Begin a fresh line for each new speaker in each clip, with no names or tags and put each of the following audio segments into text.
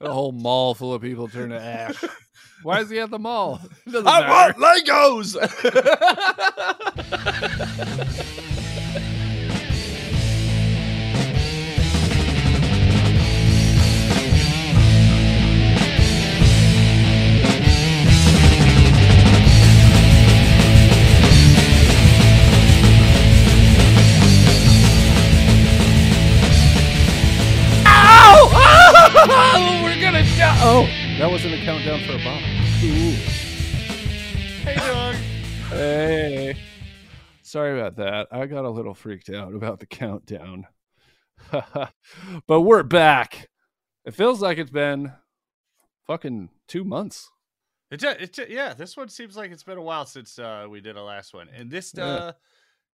The whole mall full of people turn to ash. Why is he at the mall? It doesn't
I
matter.
want Legos.
Ow! We're gonna die. Oh, that wasn't a countdown for a bomb.
Hey, dog.
Hey. Sorry about that. I got a little freaked out about the countdown. but we're back. It feels like it's been fucking two months.
It, ju- it ju- yeah, this one seems like it's been a while since uh, we did a last one, and this
Yeah.
uh,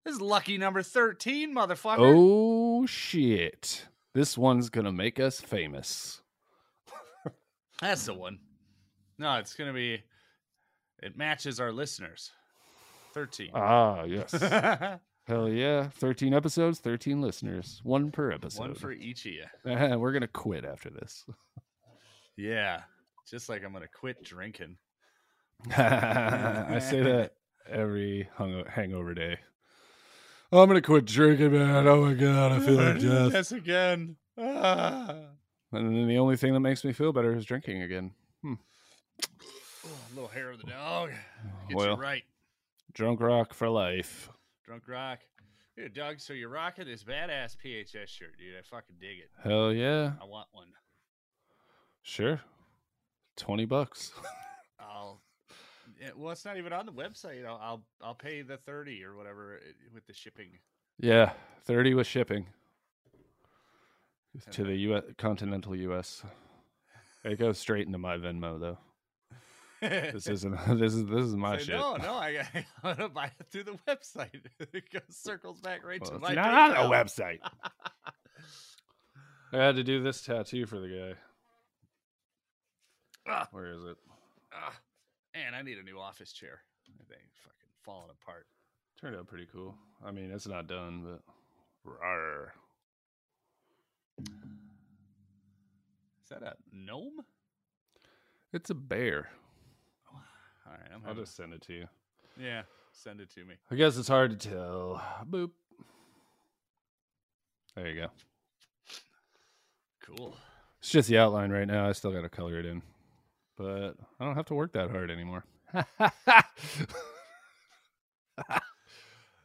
this is lucky number thirteen, motherfucker.
Oh, shit. This one's gonna make us famous.
That's the one. No, it's gonna be. It matches our listeners. Thirteen.
Ah, yes. Hell yeah. 13 episodes, 13 listeners, one per episode.
one for each of you.
Uh-huh, We're going to quit after this.
Yeah, just like I'm gonna quit drinking.
I say that every hung- hangover day. Oh, I'm going to quit drinking, man. Oh my God, I feel like death.
Yes, again. Ah.
And then the only thing that makes me feel better is drinking again.
Oh, a little hair of the dog. Get
Well.
you right.
Drunk rock for life.
Drunk rock. Dude, Doug, so you're rocking this badass PHS shirt, dude. I fucking dig it.
Hell yeah.
I want one.
Sure. 20 bucks.
I'll. yeah, well, it's not even on the website. You know, I'll I'll pay the thirty or whatever it- with the shipping.
Yeah. 30 with shipping to the US, continental US. It goes straight into my Venmo though. This isn't this is this is my
Say,
shit.
No, no, I, I gotta buy it through the website. it goes circles back right
Well,
to
it's
my.
not on a
PayPal.
website. I had to do this tattoo for the guy.
Ah.
Where is it?
Ah, and I need a new office chair. I think fucking falling apart.
Turned out pretty cool. I mean, it's not done, but Rawr.
Is that a gnome?
it's a bear.
All right, I'm
I'll
having-
just send it to you.
yeah. Send it to me.
I guess it's hard to tell. Boop. There you go.
Cool.
It's just the outline right now. I still got to color it in, but I don't have to work that hard anymore.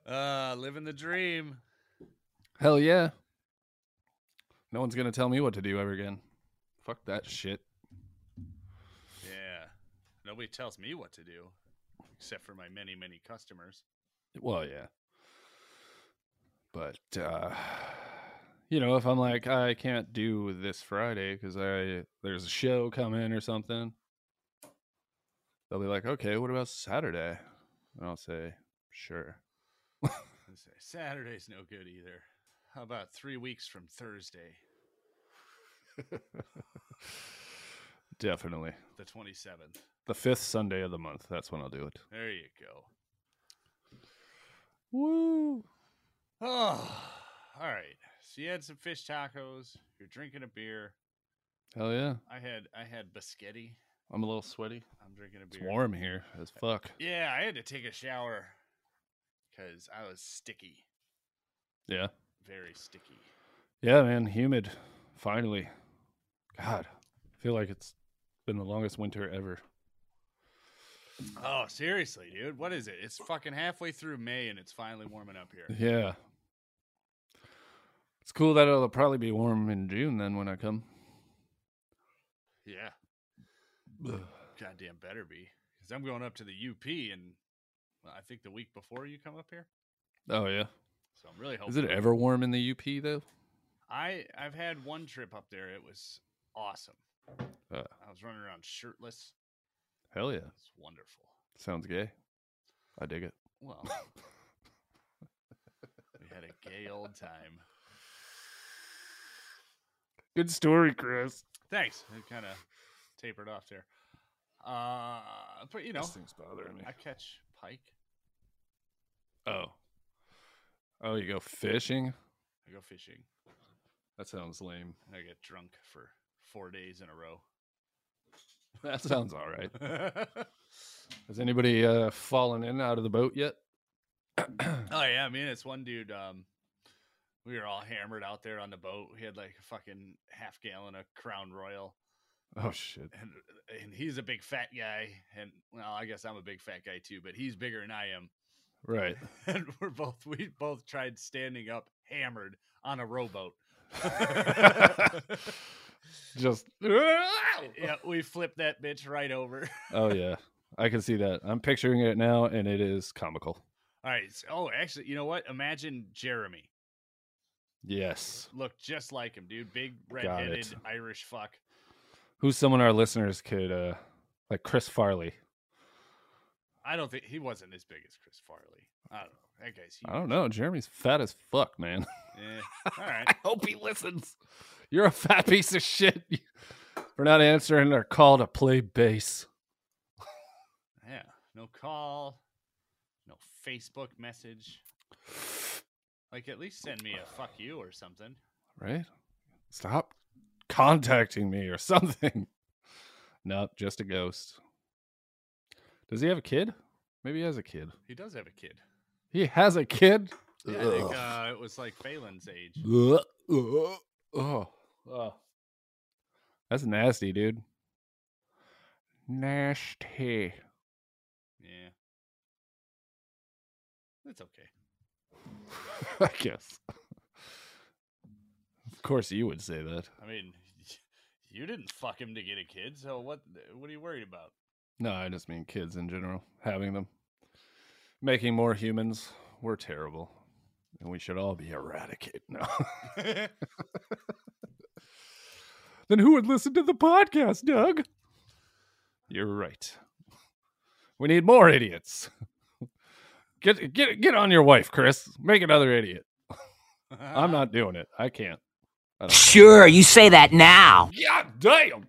Uh, living the dream.
Hell yeah. No one's gonna tell me what to do ever again. Fuck that shit.
Yeah. Nobody tells me what to do, except for my many, many customers.
Well, yeah. But uh you know, if I'm like I can't do this Friday cuz I there's a show coming or something, they'll be like, "Okay, what about Saturday?" And I'll say, "Sure."
Let's say Saturday's no good either. How about three weeks from Thursday,
Definitely.
the 27th?
The 5th Sunday of the month. That's when I'll do it.
There you go.
Woo!
Oh, all right. So you had some fish tacos. You're drinking a beer.
Hell yeah.
I had I had biscotti.
I'm a little sweaty.
I'm drinking a
It's
beer.
warm here as fuck.
Yeah, I had to take a shower because I was sticky,
Yeah.
very sticky.
Yeah, man, humid. Finally. God, I feel like it's been the longest winter ever.
Oh, seriously, dude. What is it? It's fucking halfway through May and it's finally warming up here.
Yeah. It's cool that it'll probably be warm in June then when I come.
Yeah. Goddamn better be. Because I'm going up to the UP and well, I think the week before you come up here.
Oh, yeah.
So I'm really hoping.
Is it ever warm in the UP, though?
I, I've had one trip up there. It was awesome.
Uh.
I was running around shirtless.
Hell yeah.
It's wonderful.
Sounds gay. I dig it.
Well, we had a gay old time.
Good story, Chris.
Thanks. It kind of tapered off there. Uh, but you know,
This thing's bothering me.
I catch pike.
Oh. Oh, you go fishing?
I go fishing.
That sounds lame.
and I get drunk for four days in a row.
That sounds all right. Has anybody uh, fallen in out of the boat yet?
Oh yeah, I mean it's one dude. Um, we were all hammered out there on the boat. He had like a fucking half gallon of Crown Royal,
oh shit!
and and he's a big fat guy. And well, I guess I'm a big fat guy too, but he's bigger than I am.
Right.
And we're both we both tried standing up hammered on a rowboat.
Just
yeah, we flipped that bitch right over.
oh yeah, I can see that. I'm picturing it now, and it is comical.
All right. So, oh, actually, you know what? Imagine Jeremy
Yes.
looked just like him, dude. Big
Got it.
red-headed Irish fuck.
Who's someone our listeners could uh like Chris Farley?
I don't think he wasn't as big as Chris Farley. I don't know. That guy's huge.
I don't know. Jeremy's fat as fuck, man.
Eh, all right.
hope he listens. You're a fat piece of shit for not answering our call to play bass.
Yeah. No call. No Facebook message. Like at least send me a fuck you or something.
Right? Stop contacting me or something. Nope, just a ghost. Does he have a kid? Maybe he has a kid.
He does have a kid.
He has a kid?
Yeah, I think
Ugh.
uh, it was like Phelan's age.
Ugh, ugh, ugh, ugh. That's nasty, dude. Nasty.
Yeah. That's okay.
I guess. Of course, you would say that.
I mean, you didn't fuck him to get a kid, so what? What are you worried about?
No, I just mean kids in general, having them, making more humans. We're terrible, and we should all be eradicated. No. then who would listen to the podcast, Doug? You're right. We need more idiots. Get get get on your wife, Chris. Make another idiot. I'm not doing it. I can't. I don't.
Sure, you say that now.
God damn.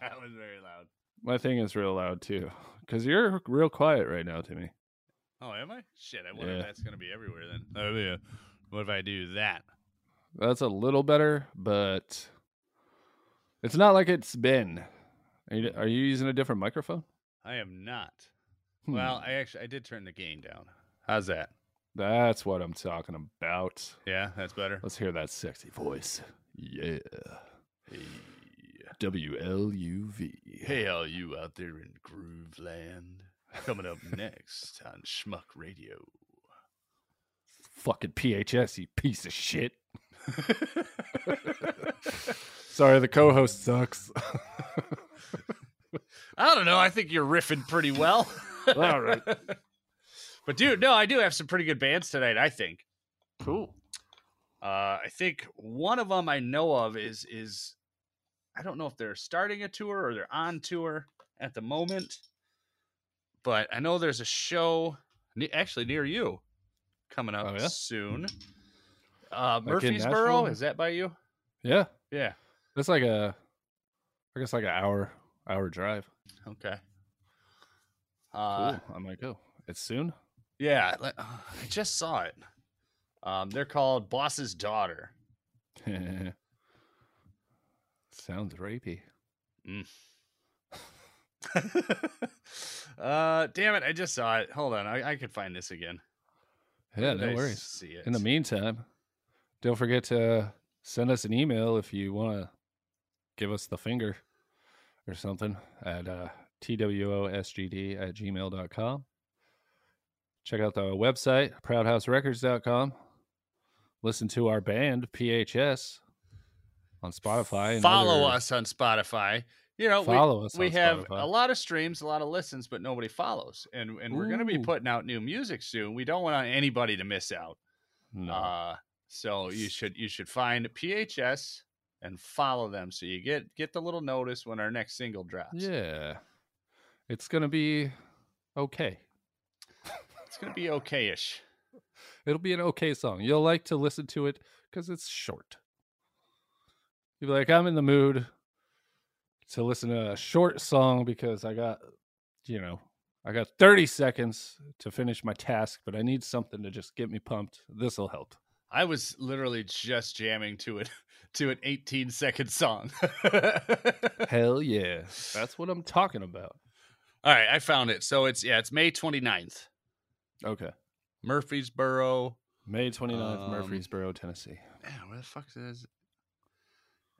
that was very loud.
My thing is real loud too, because you're real quiet right now, Timmy.
Oh, am I? Shit, I wonder
Yeah.
if that's gonna be everywhere then. Oh yeah. What if I do that?
That's a little better, but it's not like it's been. Are you, are you using a different microphone?
I am not.
Hmm,
Well, I actually I did turn the gain down. How's that?
that's what I'm talking about.
Yeah, that's better.
Let's hear that sexy voice. Yeah. W L U V.
Hey, all you out there in Grooveland. Coming up next on Schmuck Radio.
Fucking PHS, you piece of shit. Sorry, the co host sucks.
I don't know. I think you're riffing pretty well.
All right.
But dude, no, I do have some pretty good bands tonight. I think.
Cool.
Uh, I think one of them I know of is is I don't know if they're starting a tour or they're on tour at the moment, but I know there's a show ne- actually near you coming up
Oh, yeah?
soon. Uh,
in
Murfreesboro
Nashville?
is that by you?
Yeah.
Yeah.
That's like a, I guess like an hour, hour drive.
Okay. Uh,
cool. I might go. It's soon.
Yeah, let- I just saw it. Um, they're called Boss's Daughter.
Sounds rapey.
uh, damn it! I just saw it. Hold on, I, I could find this again.
Yeah,
Did
no
I
worries.
See it.
In the meantime, don't forget to send us an email if you want to give us the finger or something at uh, twosgd at gmail.com. Check out the website, proudhouserecords.com. Listen to our band, PHS, on Spotify. and
follow
other-
us on Spotify. You know, we,
Follow us.
we
on
have
Spotify.
a lot of streams, a lot of listens, but nobody follows. And and we're going to be
Ooh.
putting out new music soon. We don't want anybody to miss out.
No.
Uh, so you should you should find PHS and follow them so you get get the little notice when our next single drops.
yeah. It's going to be okay.
It's going to be okay-ish.
It'll be an okay song. You'll like to listen to it because it's short. You'll be like, I'm in the mood to listen to a short song because I got, you know, I got 30 seconds to finish my task, but I need something to just get me pumped. This will help.
I was literally just jamming to it to an 18 second song.
Hell yeah. That's what I'm talking about.
All right, I found it. So it's yeah, it's May 29th.
Okay.
Murfreesboro.
May 29th,
Um,
Murfreesboro, Tennessee.
Yeah, where the fuck is it?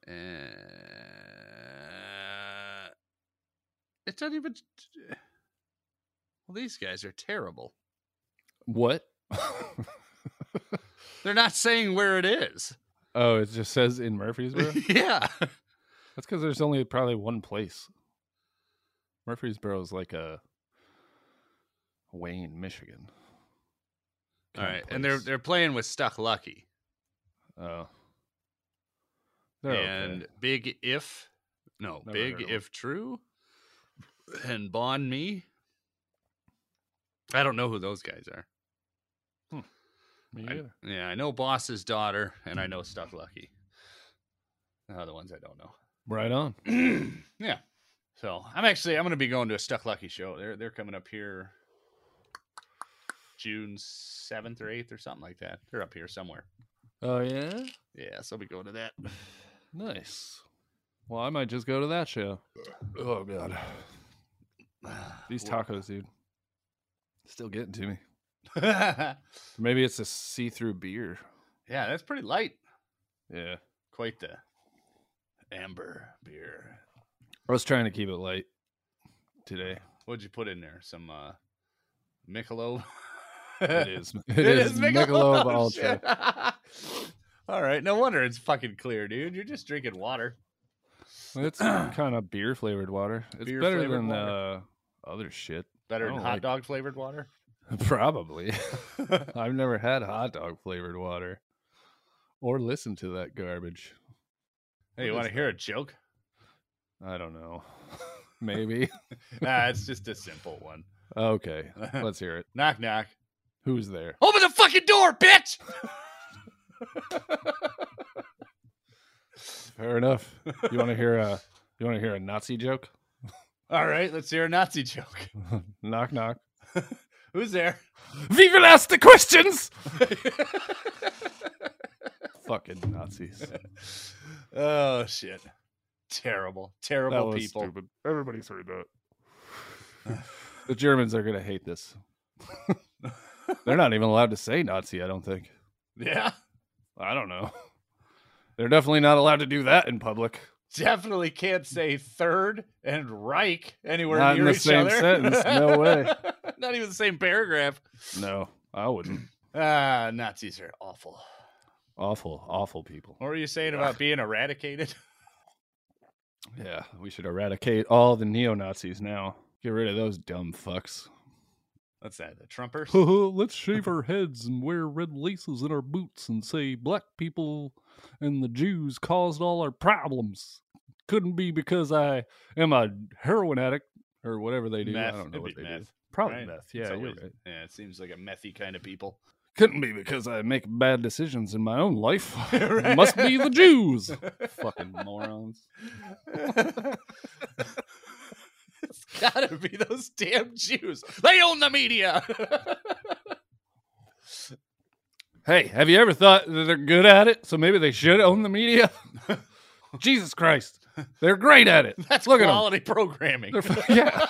Uh, it doesn't even eh. Well, these guys are terrible.
What?
They're not saying where it is.
oh, it just says in Murfreesboro? That's
yeah.
because there's only probably one place. Murfreesboro is like a Wayne, Michigan.
All
kinda
right. And they're
place.
they're playing with Stuck Lucky
Oh. They're okay.
and Big If No,
Never heard
Big
of 'em.
If True and Bond Me. I don't know who those guys are.
Me
I-
either.
yeah, I know Boss's daughter, and I know Stuck Lucky. Uh, the ones I don't
Right on.
know. yeah. So I'm actually I'm gonna be going to a Stuck Lucky show. They're they're coming up here June seventh or eighth or something like that. They're up here somewhere.
Oh yeah?
Yeah, so I'll be going to that.
Nice. Well, I might just go to that show. Oh god. These
Well-
tacos, dude. Still getting to me. Maybe it's a see-through beer.
yeah, that's pretty light.
Yeah.
Quite the amber beer.
I was trying to keep it light today.
What'd you put in there? Some uh Michelob.
It is. it is, Michelob Ultra.
shit. All right, no wonder it's fucking clear, dude. You're just drinking water.
It's kind of beer flavored water. It's
Beer
better
flavored
than
water.
uh, other shit.
Better
I
than
don't
hot
Oh, like-
dog flavored water.
Probably. I've never had hot dog flavored water or listened to that garbage.
hey, you
What
want
is
to hear a joke?
I don't know. Maybe.
nah, it's just a simple one.
Okay. Let's hear it.
knock, knock.
Who's there?
Open the fucking door, bitch.
Fair enough. You want to hear a you want to hear a Nazi joke?
All right, let's hear a Nazi joke.
knock knock.
Who's there?
We will ask the questions. Fucking Nazis.
oh shit! Terrible,
That
terrible
was
people.
stupid. Everybody's heard that. the Germans are gonna hate this. They're not even allowed to say Nazi. I don't think.
Yeah,
I don't know. They're definitely not allowed to do that in public.
definitely can't say third and Reich anywhere
Not in
near
the
each
same
other.
sentence, no way.
Not even the same paragraph.
No, I wouldn't.
Ah, Nazis are awful.
awful, awful people.
What were you saying
Ah.
about being eradicated?
Yeah, we should eradicate all the neo Nazis now. Get rid of those dumb fucks.
What's that? The Trumpers?
Let's shave our heads and wear red laces in our boots and say black people and the Jews caused all our problems. Couldn't be because I am a heroin addict or whatever they do.
Meth.
I don't know
It'd
what
be
they do.
meth,
Probably
right?
meth.
It's
Yeah, you're
always-
right.
yeah, it seems like a methy kind of people.
Couldn't be because I make bad decisions in my own life.
Right.
Must be the Jews. Fucking morons.
it's gotta be those damn Jews. They own the media.
Hey, have you ever thought that they're good at it? So maybe they should own the media? Jesus Christ. They're great at it.
That's
Look at 'em.
quality programming.
They're fu- yeah.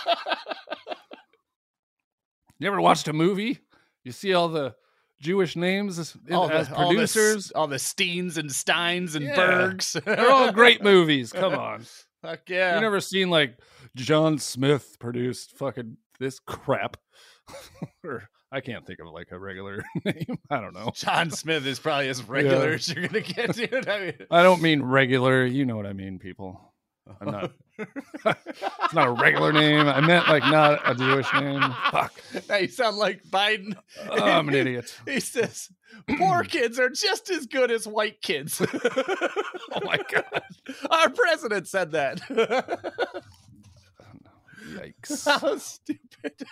You ever watched a movie? You see all the Jewish names as, in-
all the,
as
all the s-
producers?
all the, Steens and Steins and
Yeah.
Bergs.
They're all great movies. Come on.
Fuck yeah.
You've never seen like John Smith produced fucking this crap. or I can't think of like a regular name. I don't know.
John Smith is probably as regular as you're gonna get, dude. I mean,
I don't mean regular. You know what I mean, people. I'm not. it's not a regular name. I meant like not a Jewish name. Fuck.
Now you sound like Biden.
Oh, I'm an idiot.
He says poor kids are just as good as white kids. oh
my God.
Our president said that.
Yikes.
How stupid.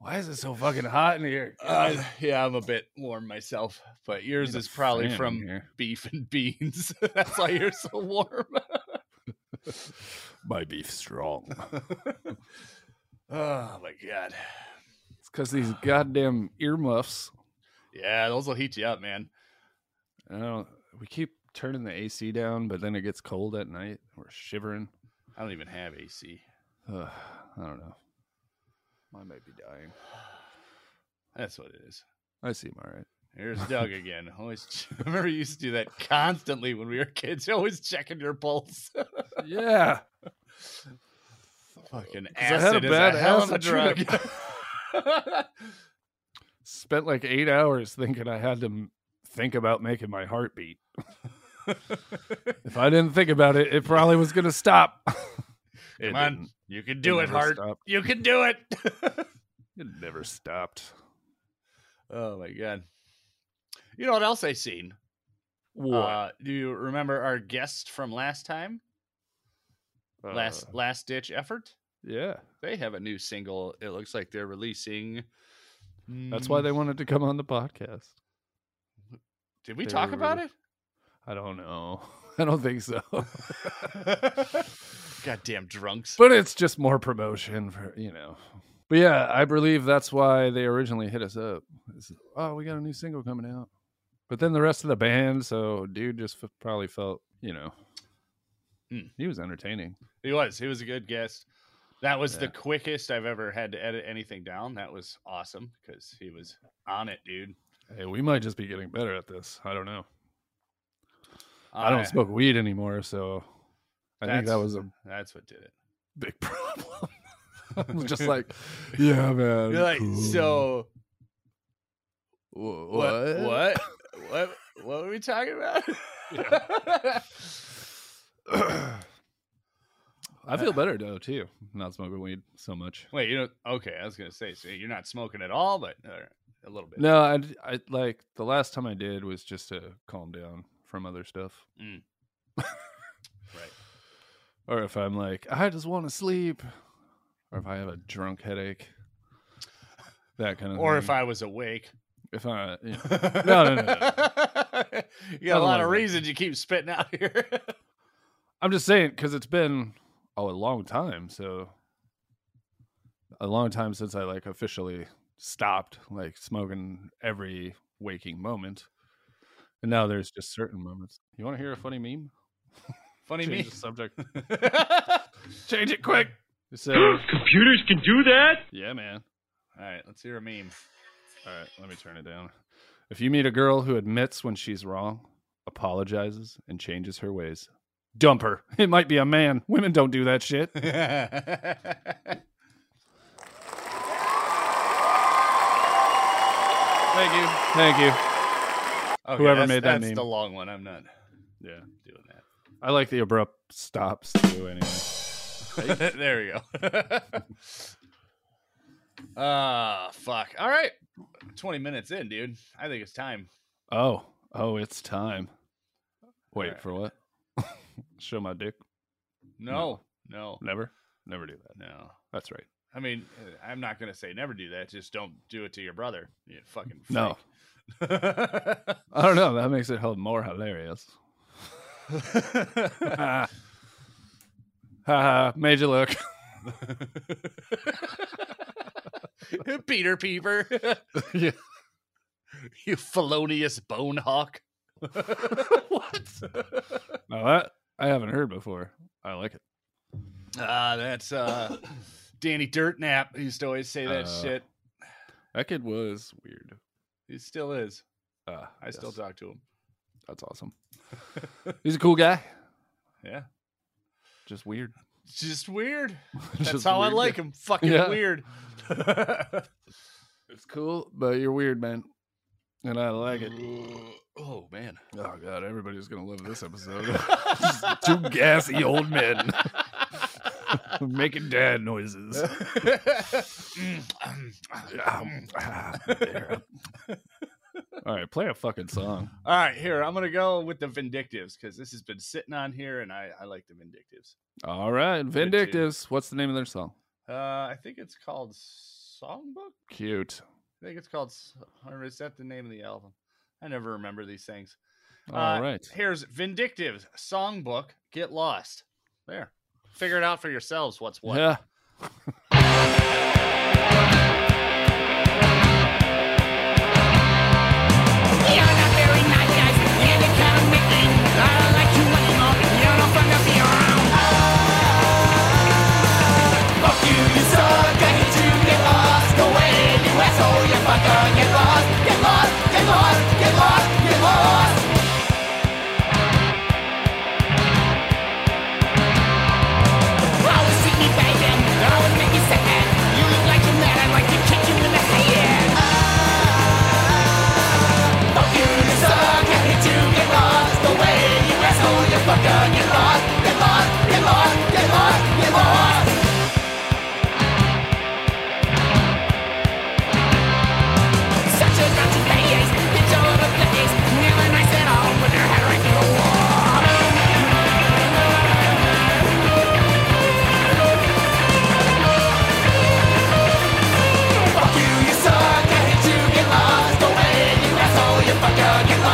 Why is it so fucking hot in here?
Uh, yeah, I'm a bit warm myself, but yours
Need a
is probably
fan in
from
here.
beef and beans. That's why you're so warm.
my beef strong.
oh my god.
It's because these goddamn earmuffs.
Yeah, those will heat you up, man.
I don't, we keep turning the AC down, but then it gets cold at night. We're shivering.
I don't even have AC.
Ugh, I don't know. I might be dying.
That's what it is.
I seem all right.
Here's Doug again. Always, ch- I remember you used to do that constantly when we were kids. Always checking your pulse.
Yeah.
Fucking
'Cause
acid is a hell of a drug.
Spent like eight hours thinking I had to m- think about making my heart beat. if I didn't think about it, it probably was going to stop. It
Come on,
didn't.
you can do it,
never
heart.
stopped.
You can do it.
It never stopped.
oh my god! You know what else I seen?
What?
Uh, do you remember our guest from last time? last
Uh,
last ditch effort.
yeah.
They have a new single. It looks like they're releasing.
That's why
Mm,
they wanted to come on the podcast.
did we
they
talk
were
about
rele-
it?
I don't know. I don't think so.
Goddamn drunks.
but it's just more promotion for, you know. But yeah, I believe that's why they originally hit us up. It's, oh, we got a new single coming out. But then the rest of the band, so dude just f- probably felt, you know,
Hmm.
he was entertaining.
He was. He was a good guest. That was the
Yeah.
quickest I've ever had to edit anything down. That was awesome because he was on it, dude.
Hey, we might just be getting better at this. I don't know. I don't
Uh,
smoke weed anymore, so I think that
That's-
was a
That's what did it.
big problem. I was just like, yeah, man.
You're like,
cool."
so
Wha-
what? What? What? What were we talking about?
I feel better though too, not smoking weed so much.
Wait, you don't. Okay, I was gonna say, so you're not smoking at all, but uh, a little bit.
No, I, d- I- like the last time I did was just to calm down from other stuff.
Mm. Right.
Or if I'm like, I just want to sleep, or if I have a drunk headache, that kind of.
Or
thing.
if I was awake.
if I, you know, no, no,
you got a
Nothing
lot
like that.
of reasons you keep spitting out here.
I'm just saying because it's been oh a long time, so a long time since I like officially stopped like smoking every waking moment, and now there's just certain moments. You want to hear a funny meme?
Funny
Change
me.
the subject.
All
Change it quick. So
Uh, Computers can do that?
yeah, man.
right, let's hear a meme.
All right, let me turn it down. If you meet a girl who admits when she's wrong, apologizes, and changes her ways, dump her. It might be a man. Women don't do that shit.
Thank you.
Thank you.
Okay,
Whoever
that's-
made that
That's
meme.
the long one. I'm not
Yeah.
doing that.
I like the abrupt stops too. Anyway,
there we go. Ah, fuck. All right. 20 minutes in, dude. I think it's time.
oh, oh, it's time. Wait
Alright.
for what? Show my dick?
No, no,
Never, never do that.
no.
That's right.
I mean, uh, I'm not going to say never do that. Just don't do it to your brother. You fucking freak.
No.
No.
I don't know. That makes it hell more hilarious. Ha ha! Made you look.
Peter Peeper.
yeah.
you felonious bone hawk. what?
Now that I haven't heard before. I like it.
Ah, that's uh, Danny Dirtnap. He used to always say that
Uh,
shit.
That kid was weird.
He still is.
Uh,
I still
yes,
talk to him.
That's awesome. He's a cool guy.
Yeah,
Just weird.
it's just weird. That's
Just
how I
weird.
like him. Fucking
Yeah.
weird.
It's cool, but you're weird, man. And I like it.
oh man.
Oh god, everybody's gonna love this episode. Two gassy old men making dad noises. Ah, All right, play a fucking song.
All right, here I'm gonna go with the Vindictives because this has been sitting on here, and I, I like the Vindictives.
All right,
too.
Vindictives. What's the name of their song?
Uh, I think it's called Songbook.
Cute.
I think it's called, S- or is that the name of the album? I never remember these things.
All
Uh,
right.
Here's Vindictives Songbook Get Lost. There. Figure it out for yourselves what's what.
Yeah.
You're not very nice, guys, and you kind of wicked. I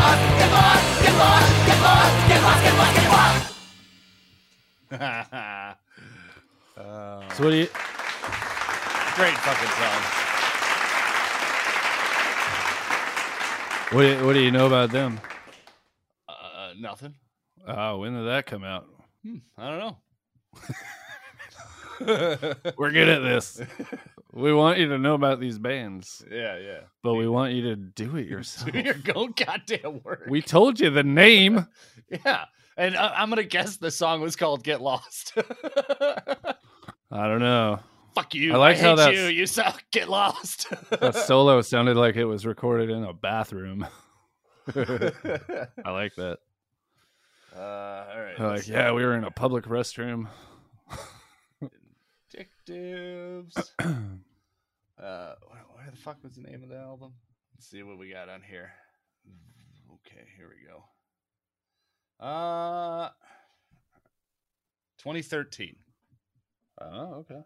uh,
So what do you?
great fucking song.
What do you, what do you know about them?
Uh, nothing.
Oh, when did that come out?
Hmm, I don't know.
We're good at this. we want you to know about these bands,
yeah, yeah.
but we want you to do it yourself.
Do your go goddamn work.
we told you the name.
yeah. And I, I'm gonna guess the song was called "Get Lost."
I don't know.
Fuck you!
I like
hate
how that's-
you. You suck. Get lost.
That solo sounded like it was recorded in a bathroom. I like that.
Uh, all right.
Like,
let's-
yeah, we were in a public restroom.
Detectives. uh, where, where the fuck was the name of the album? Let's see what we got on here. Okay, here we go. Uh, 2013.
Oh, okay.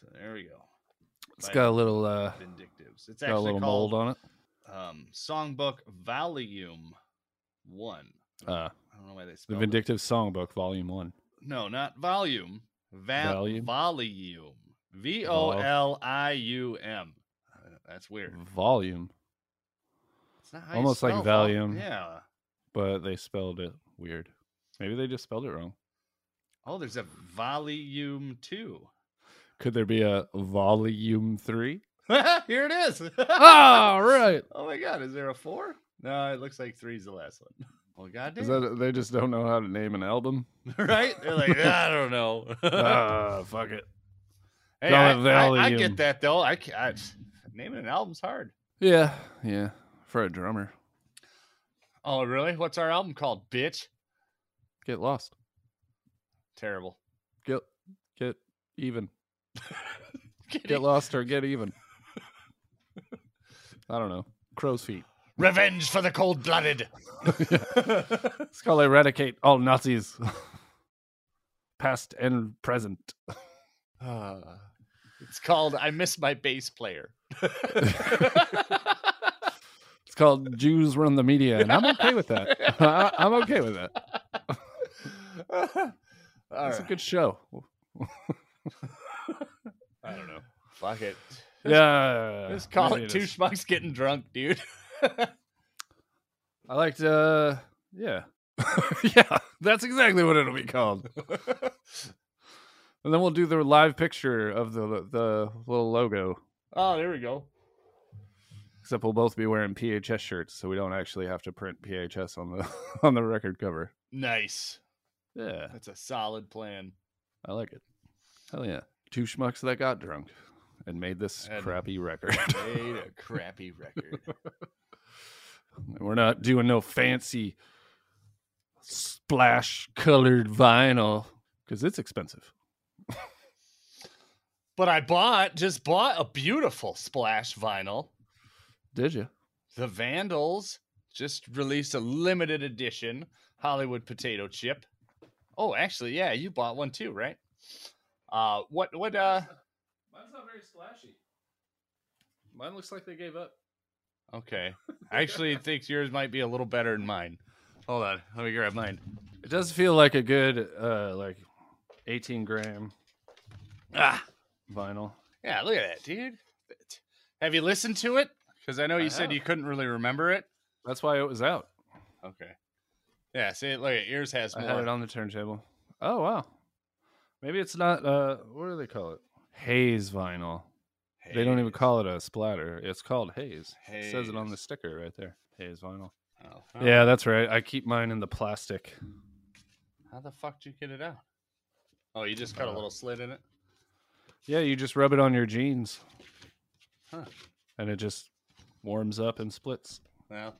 So there we go.
It's got a little uh
Vindictives. It's
got a
actually
little
called
mold on it.
um, Songbook Volume One.
Uh
I don't know why they
The
spelled it.
Vindictive Songbook, Volume One.
No, not volume. Va-
Volume?
Volume. V O L I U M. Uh, That's weird.
Volume.
It's not how you
Mm. Almost like
spell vol-
Valium.
Yeah.
But they spelled it weird. Maybe they just spelled it wrong.
Oh, there's a volume two.
Could there be a volume three?
Here it is.
All right.
Oh my God. Is there a four? No, it looks like three's the last one. Well, goddamn.
Is that they just don't know how to name an album?
right? They're like, I don't know.
Ah, fuck it.
hey, I,
call it
I- I
Valium.
get that though. I, ca- I naming an album's hard.
Yeah, yeah. For a drummer.
Oh, really? What's our album called, bitch?
Get lost.
Terrible.
Get get even. Get e- lost or get even. I don't know. Crow's feet.
Revenge for the cold blooded.
Let's call eradicate all Nazis. Past and present.
Ah, it's called I Miss My Bass Player.
It's called Jews run the media, and I'm okay with that. I, am okay with that.
All
It's a
right.
good show.
I don't know. Uh, Fuck it.
yeah.
Just call
maybe
it two
is.
schmucks getting drunk, dude.
I liked. Uh, yeah, yeah. That's exactly what it'll be called. And then we'll do the live picture of the the little logo.
oh, there we go.
Except we'll both be wearing PHS shirts, so we don't actually have to print PHS on the on the record cover.
Nice.
Yeah,
That's a solid plan.
I like it. Hell yeah! Two schmucks that got drunk and made this
And-
crappy record.
Made a crappy record.
We're not doing no fancy splash colored vinyl because it's expensive.
But I bought, just bought a beautiful splash vinyl.
Did you?
The Vandals just released a limited edition Hollywood potato chip. Oh, actually, yeah, you bought one too, right? Uh, what, what, uh,
Mine's not very splashy. Mine looks like they gave up.
okay. I actually think yours might be a little better than mine. Hold on, let me grab mine.
It does feel like a good uh like 18 gram
Ah,
vinyl.
yeah, look at that, dude. Have you listened to it? Because I know
I
you said
have.
you couldn't really remember it.
That's why it was out.
Okay. Yeah, see, look at yours has
I
more.
had it on the turntable. Oh wow. Maybe it's not uh what do they call it? Haze vinyl. They don't even
Haze.
call it a splatter. It's called haze. It says it on the
Haze.
sticker right there. Haze vinyl.
Oh,
Yeah, that's right. I keep mine in the plastic.
How the fuck did you get it out? Oh, you just cut a
Uh,
little slit in it.
Yeah, you just rub it on your jeans.
Huh.
And it just warms up and splits.
Well,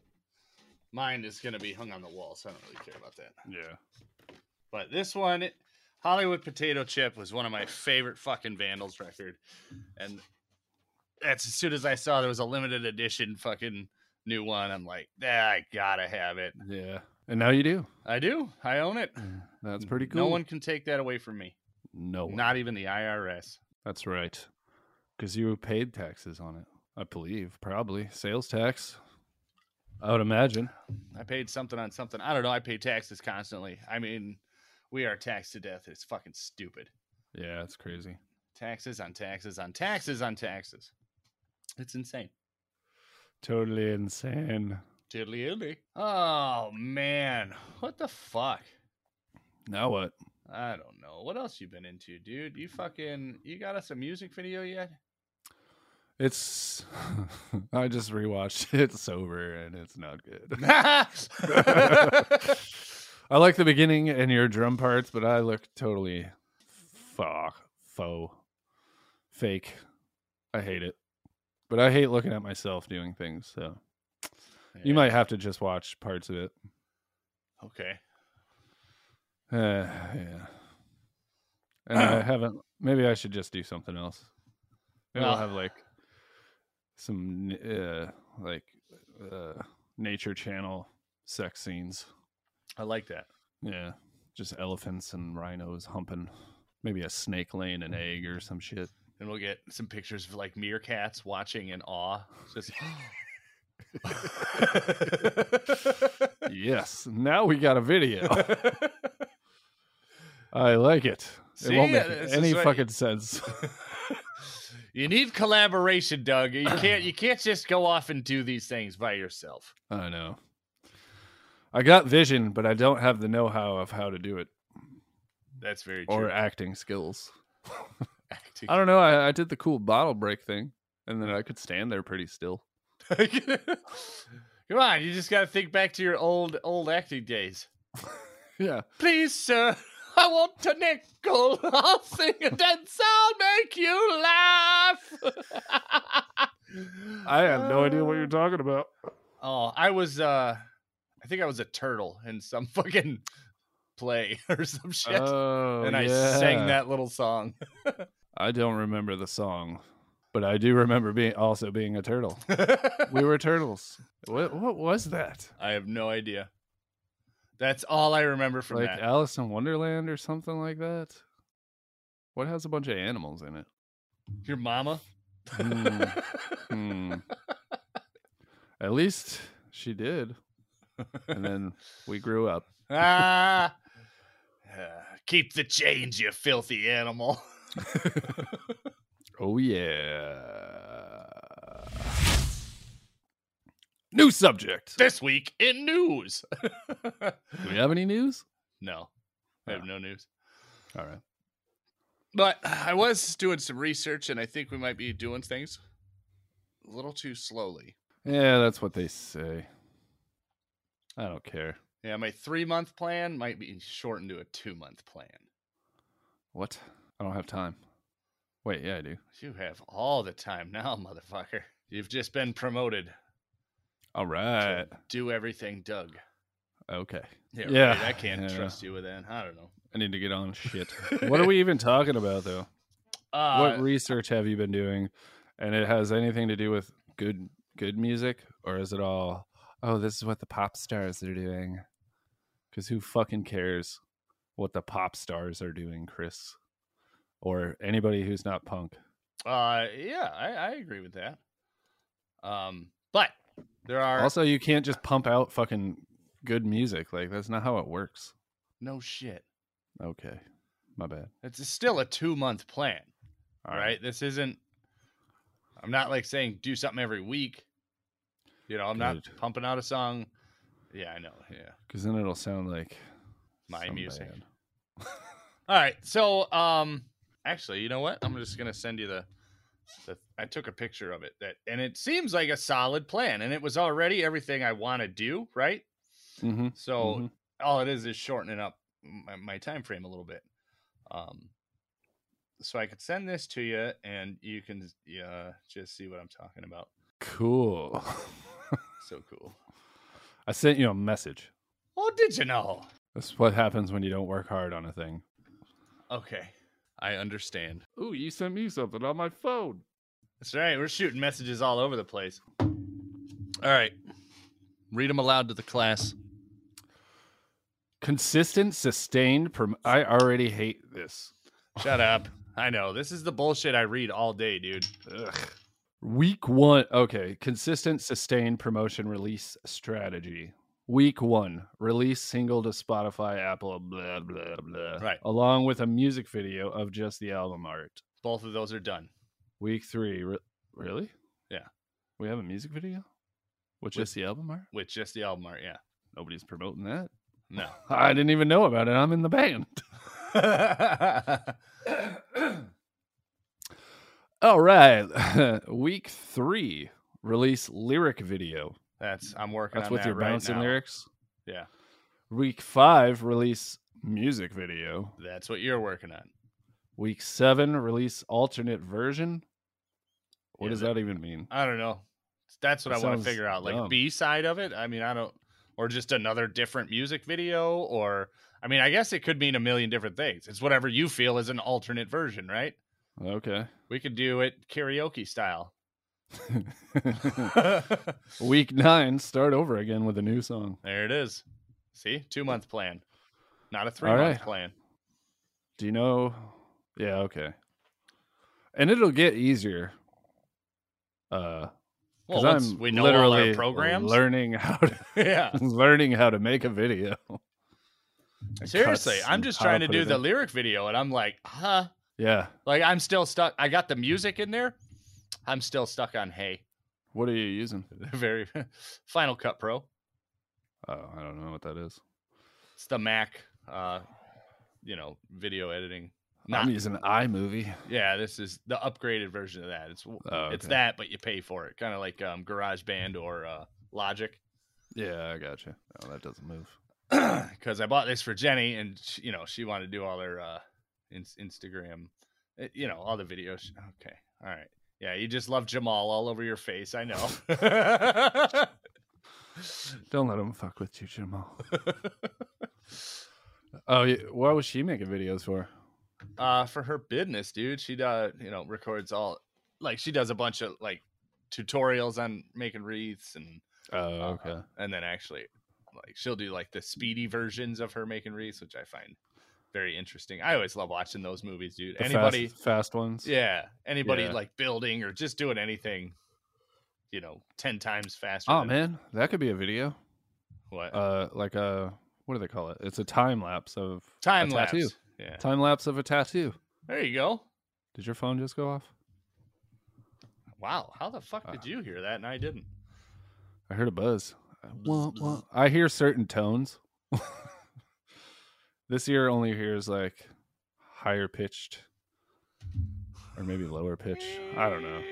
mine is going to be hung on the wall, so I don't really care about that.
Yeah.
But this one, it- Hollywood Potato Chip, was one of my favorite fucking Vandals record, and that's as soon as I saw there was a limited edition fucking new one, I'm like, ah, I gotta have it.
Yeah. And now you do.
I do. I own it.
That's pretty cool. Oh,
No one can take that away from me.
No one.
Not even the IRS.
That's right. Because you paid taxes on it, I believe. Probably. Sales tax. I would imagine.
I paid something on something. I don't know. I pay taxes constantly. I mean, We are taxed to death. It's fucking stupid.
Yeah, it's crazy.
Taxes on taxes on taxes on taxes. It's insane.
Totally insane.
Tiddly illy. Oh man, what the fuck?
Now what?
I don't know. What else you been into, dude? You fucking you got us a music video yet?
It's I just rewatched it sober and it's not good. I like the beginning and your drum parts, but I look totally fuck faux fake. I hate it. But I hate looking at myself doing things, so
Yeah,
you might have to just watch parts of it.
Okay.
Uh, yeah. And I haven't. Maybe I should just do something else. Maybe I'll
Well-
have like some n- uh, like uh, nature channel sex scenes.
I like that.
Yeah, just elephants and rhinos humping. Maybe a snake laying an egg or some shit.
And we'll get some pictures of like meerkats watching in awe. Just
yes, now we got a video. I like it. it won't
See,
make
this
any
is what-
fucking sense.
you need collaboration, Doug. You can't you can't just go off and do these things by yourself.
I know. I got vision, but I don't have the know-how of how to do it
That's very true.
or acting skills.
Acting.
I don't know. I, I did the cool bottle break thing, and then I could stand there pretty still.
Come on, you just got to think back to your old old acting days.
Yeah,
Please, sir, I want a nickel. I'll sing a dance. I'll make you laugh.
I have no idea what you're talking about.
Oh, I was uh I think I was a turtle in some fucking play or some shit.
Oh,
and I sang
yeah.
that little song.
I don't remember the song, but I do remember being also being a turtle. we were turtles. What what was that?
I have no idea. That's all I remember from
like uh,
that.
Alice in Wonderland or something like that? What has a bunch of animals in it?
Your mama?
Hmm. Hmm. At least she did. And then we grew up.
ah, Ah, keep the change, you filthy animal.
Oh, yeah. New subject.
this week in news.
Do we have any news?
no, I have no news.
All right.
But I was doing some research, and I think we might be doing things a little too slowly.
Yeah, that's what they say. I don't care.
Yeah, my three month plan might be shortened to a two month plan.
What? I don't have time. Wait, yeah, I do.
You have all the time now, motherfucker. You've just been promoted.
All
to
right.
do everything, Doug.
Okay.
yeah.
Yeah,
right, I can't
yeah.
trust you with that. I don't know.
I need to get on shit. what are we even talking about, though?
Uh,
what research have you been doing and it has anything to do with good good music or is it all oh this is what the pop stars are doing because who fucking cares what the pop stars are doing chris or anybody who's not punk
uh, yeah, I, I agree with that. Um, but there are
also you can't just pump out fucking good music like that's not how it works
no shit.
okay my bad
It's still a two month plan.
all
All right. This isn't, I'm not like saying do something every week. You know, I'm
Good.
not pumping out a song. Yeah, I know. Yeah.
because then it'll sound like
My
some
music.
band.
All right. So, um, actually, you know what? I'm just gonna send you the, the. I took a picture of it that, and it seems like a solid plan, and it was already everything I want to do. Right.
Mhm,
So
mhm.
all it is is shortening up my, my time frame a little bit. Um, so I could send this to you, and you can uh, just see what I'm talking about.
cool
So cool.
i sent you a message
Oh, did you know?
That's what happens when you don't work hard on a thing.
Okay, I understand.
Ooh, you sent me something on my phone.
That's right. We're shooting messages all over the place. All right. Read them aloud to the class.
Consistent, sustained. Prom- I already hate this.
Shut up. I know. This is the bullshit I read all day, dude.
Week one. Okay. Consistent, sustained promotion release strategy. Week one, release single to Spotify, Apple, blah, blah, blah.
Right.
Along with a music video of just the album art.
Both of those are done.
Week three, re- really?
Yeah.
We have a music video? With
With-
just the album art?
with just the album art. Yeah.
Nobody's promoting that.
No.
I didn't even know about it. I'm in the band. All right. Week three, release lyric video.
That's I'm working.
That's
on
with
that
your
right
bouncing
now.
lyrics.
Yeah.
Week five, release music video.
That's what you're working on.
Week seven, release alternate version. What
Yeah,
does
that-
that even mean?
I don't know. That's what
That
I want to
sounds
figure out. Like
dumb.
B side of it. I mean, I don't, or just another different music video, or I mean, I guess it could mean a million different things. It's whatever you feel is an alternate version, right? Uh,
Okay.
We could do it karaoke style.
Week nine, start over again with a new song.
there it is. See, two month plan, not a three
right.
month plan.
Do you know? Yeah, okay. And it'll get easier. Uh,
Well,
'cause
once
I'm
we know
literally
all our programs,
learning how to
yeah.
learning how to make a video. And
Seriously,
cuts
I'm
and
just
how to
trying to
put it
do the
in.
lyric video, and I'm like, huh?
Yeah.
Like I'm still stuck. I got the music in there. I'm still stuck on "Hey."
What are you using?
Very Final Cut Pro.
Oh, I don't know what that is.
It's the Mac, uh, you know, video editing.
I'm
Not
using iMovie.
yeah. This is the upgraded version of that. It's w
Oh,
it's
okay.
that, but you pay for it, kind of like um, GarageBand or uh, Logic.
Yeah, I got you. Oh, that doesn't move.
because I bought this for Jenny, and she, you know she wanted to do all her uh, in- Instagram, eh, you know, all the videos. Okay, all right, yeah, you just love Jamal all over your face. I know.
Don't let him fuck with you, Jamal. oh, yeah. what was she making videos for?
uh, for her business, dude, she uh, you know records all like she does a bunch of like tutorials on making wreaths and
Oh,
uh,
okay.
and then actually like she'll do like the speedy versions of her making wreaths, which I find very interesting. I always love watching those movies, dude.
The
Anybody.
fast, fast ones.
Yeah. Anybody
Yeah.
like building or just doing anything, you know, 10 times faster.
Oh
than
man, that could be a video.
What?
Uh, like a what do they call it? It's a time lapse of
Time
a
lapse.
tattoo.
Yeah.
Time lapse of a tattoo.
There you go.
Did your phone just go off?
Wow. How the fuck did
Uh,
you hear that and I didn't?
I heard a buzz. Wah, wah. I hear certain tones. this ear only hears like higher pitched or maybe lower pitch. I don't know.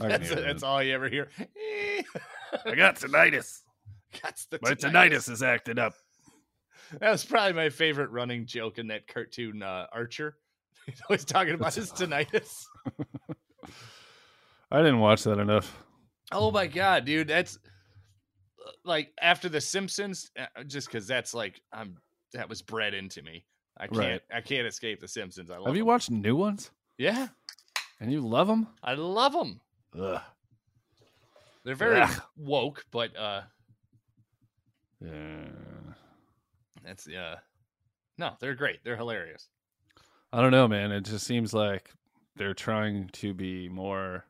can
That's,
hear that.
that's all you ever hear.
I got tinnitus.
that's the
is acting up.
That was probably my favorite running joke in that cartoon, uh, Archer. He's always talking about his tinnitus.
I didn't watch that enough.
Oh my god, dude, that's uh, like after the Simpsons, uh, just because that's like I'm that was bred into me. I can't
Right.
I can't escape the Simpsons. I love
Have you
'em.
watched new ones?
Yeah,
And you love them?
I love them.
Ugh.
They're very
Ugh.
woke, but uh,
Yeah.
that's uh, no, they're great. They're hilarious.
I don't know, man. It just seems like they're trying to be more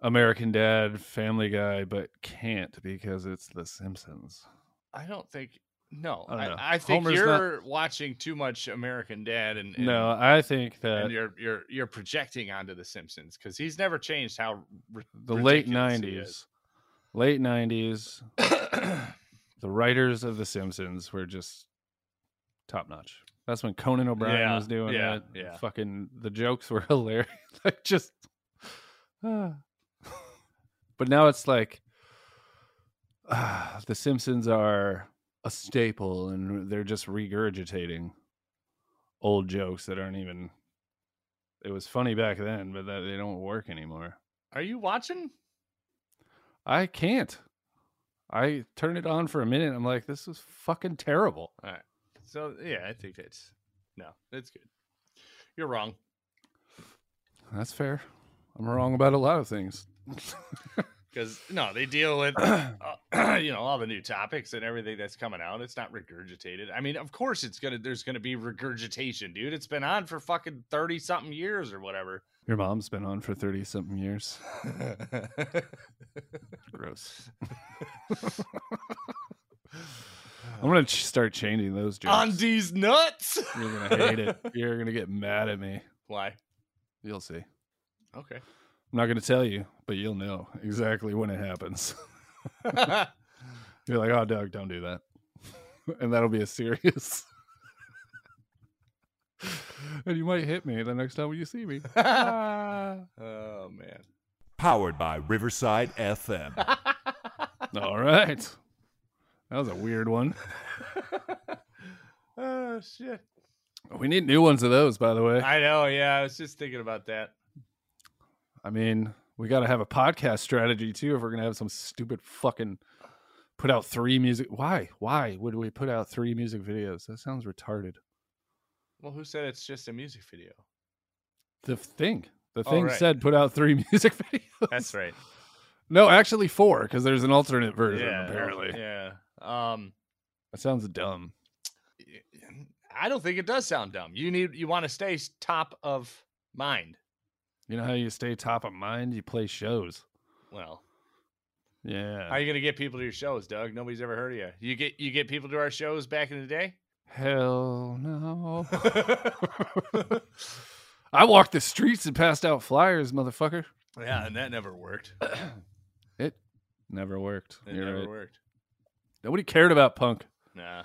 American Dad, Family Guy, but can't because it's The Simpsons.
I don't think no,
I don't know.
I, I think
Oh, Homer's not-
you're watching too much American Dad, and, and
No, I think that
and you're you're you're projecting onto the Simpsons because he's never changed how r-
the late
ridiculous he is.
nineties, late nineties, the writers of The Simpsons were just top notch. That's when Conan O'Brien
Yeah,
was doing
yeah,
it.
yeah.
Fucking the jokes were hilarious. like just, ah. but now it's like ah, the Simpsons are a staple, and they're just regurgitating old jokes that aren't even. It was funny back then, but that they don't work anymore.
Are you watching?
I can't. I turn it on for a minute. I'm like, this is fucking terrible.
So yeah, I think that's no, that's good. You're wrong.
That's fair. I'm wrong about a lot of things.
because no, they deal with uh, you know all the new topics and everything that's coming out. It's not regurgitated. I mean, of course, it's gonna. There's gonna be regurgitation, dude. It's been on for fucking thirty something years or whatever.
Your mom's been on for 30 something years. Gross. I'm going to ch- start changing those jokes.
on these nuts.
You're going to hate it. You're going to get mad at me.
Why?
You'll see. I'm
Okay.
not going to tell you, but you'll know exactly when it happens. You're like, oh, Doug, don't do that. and that'll be a serious. and you might hit me the next time you see me. Ah.
oh man.
Powered by Riverside FM.
All right. That was a weird one.
oh shit.
We need new ones of those, by the way.
I know. Yeah, I was just thinking about that.
I mean, we got to have a podcast strategy too if we're going to have some stupid fucking put out three music. Why? Why would we put out three music videos? That sounds retarded.
Well, who said it's just a music video?
The thing. The
Oh,
thing
right.
said put out three music videos.
That's right.
No, actually four because there's an alternate version
yeah,
apparently.
Yeah. Um,
That sounds dumb.
I don't think it does sound dumb. You need you want to stay s- top of mind.
You know how you stay top of mind? You play shows.
Well,
Yeah.
how are you gonna get people to your shows, Doug? Nobody's ever heard of you. You get you get people to our shows back in the day.
Hell no. I walked the streets and passed out flyers, motherfucker.
Yeah, and that never worked.
It never worked.
It
You're
never
right.
worked.
Nobody cared about punk.
Nah.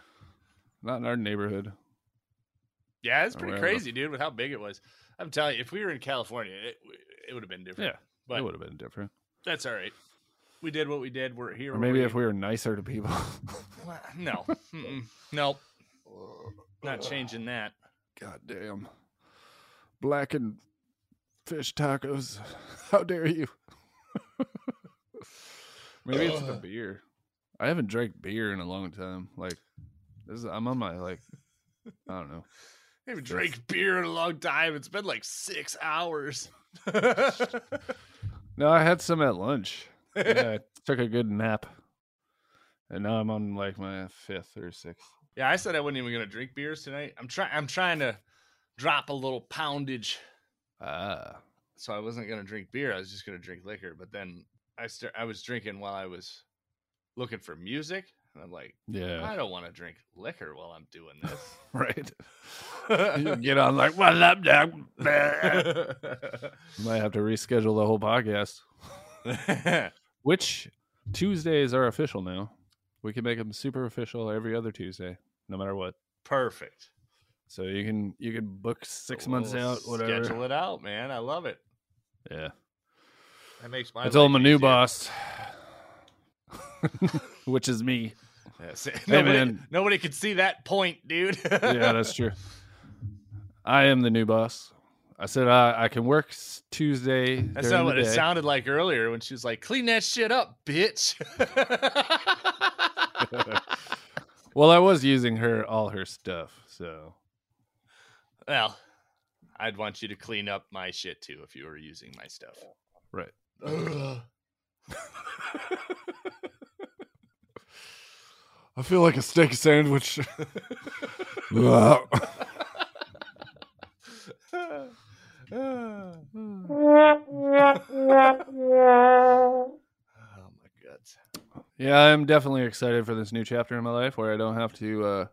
Not in our neighborhood.
Yeah, it's pretty
Well-
crazy, dude, with how big it was. I'm telling you, if we were in California, it, it would have been different.
Yeah, it
but
would have been different.
that's all right. We did what we did. We're here.
Or maybe if we were nicer to people.
no, Mm-mm. nope, not changing that.
God damn. Blackened fish tacos. How dare you? maybe it's the beer. I haven't drank beer in a long time. Like this is I'm on my like I don't know.
I haven't drank beer in a long time. It's been like six hours.
No, I had some at lunch. Yeah, I took a good nap. And now I'm on like my fifth or sixth.
yeah, I said I wasn't even gonna drink beers tonight. I'm trying. I'm trying to drop a little poundage
Ah.
so I wasn't gonna drink beer. I was just gonna drink liquor. But then I start. I was drinking while I was looking for music, and I'm like,
Yeah.
I don't want to drink liquor while I'm doing
Right. you
this.
get on like well I'm down. Might have to reschedule the whole podcast. Which Tuesdays are official now. We can make them super official every other Tuesday, no matter what.
Perfect.
So you can you can book six months
We'll
out, whatever.
Schedule it out, man. I love it.
Yeah.
That makes my.
I, told my
life
new
easier.
boss. Which is me.
Yeah, see, nobody,
man.
nobody could see that point, dude.
yeah, that's true. I am the new boss. I said I, I can work s- Tuesday.
That's
during
not
the
what it
day.
sounded like earlier when she was like, "Clean that shit up, bitch."
Well, I was using her all her stuff, so
well, I'd want you to clean up my shit too if you were using my stuff.
right. I feel like a steak sandwich.
Oh my god.
Yeah, I'm definitely excited for this new chapter in my life where I don't have to uh,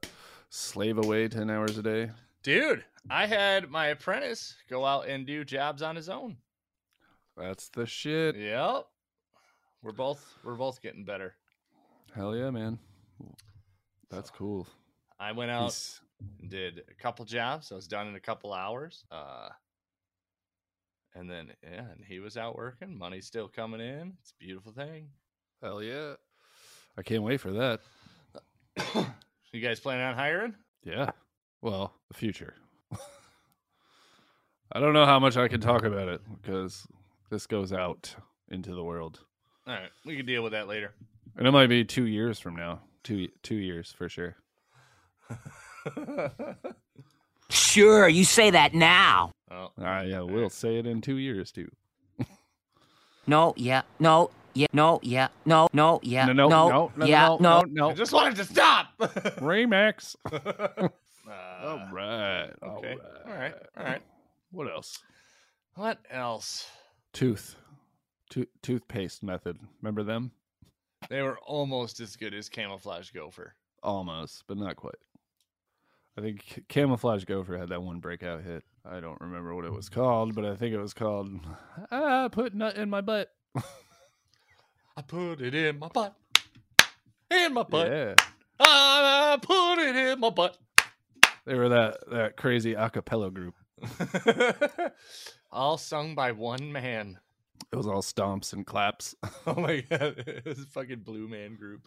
slave away 10 hours a day.
Dude, I had my apprentice go out and do jobs on his own.
That's the shit.
Yep. We're both we're both getting better.
Hell yeah, man. That's cool.
I went out
He's-
and did a couple jobs. I was done in a couple hours. Uh and then yeah, and he was out working. Money's still coming in. It's a beautiful thing.
Hell yeah. I can't wait for that.
You guys planning on hiring?
Yeah. Well, the future. I don't know how much I can talk about it because this goes out into the world.
All right, we can deal with that later.
And it might be 2 years from now. 2 2 years for sure.
Oh.
Sure, you say that now.
Oh,
Ah, I uh, will say it in 2 years too.
No, yeah, no, yeah, no, yeah, no, no, yeah,
No, no, no, no,
yeah,
no,
no,
no,
I just wanted to stop. Uh,
Remix. all
all
right.
Uh, Ah, okay. All right. All right.
What else?
What else?
Tooth. Tooth toothpaste method. Remember them?
They were almost as good as camouflage gopher.
Almost, but not quite. I think C- Camouflage Gopher had that one breakout hit. I don't remember what it was called, but I think it was called "Ah, Put Nut in My Butt."
I put it in my butt. In my butt.
yeah,
I put it in my butt.
they were that that crazy acapella group.
All sung by one man.
It was all stomps and claps.
Oh my god, it was a fucking blue man group.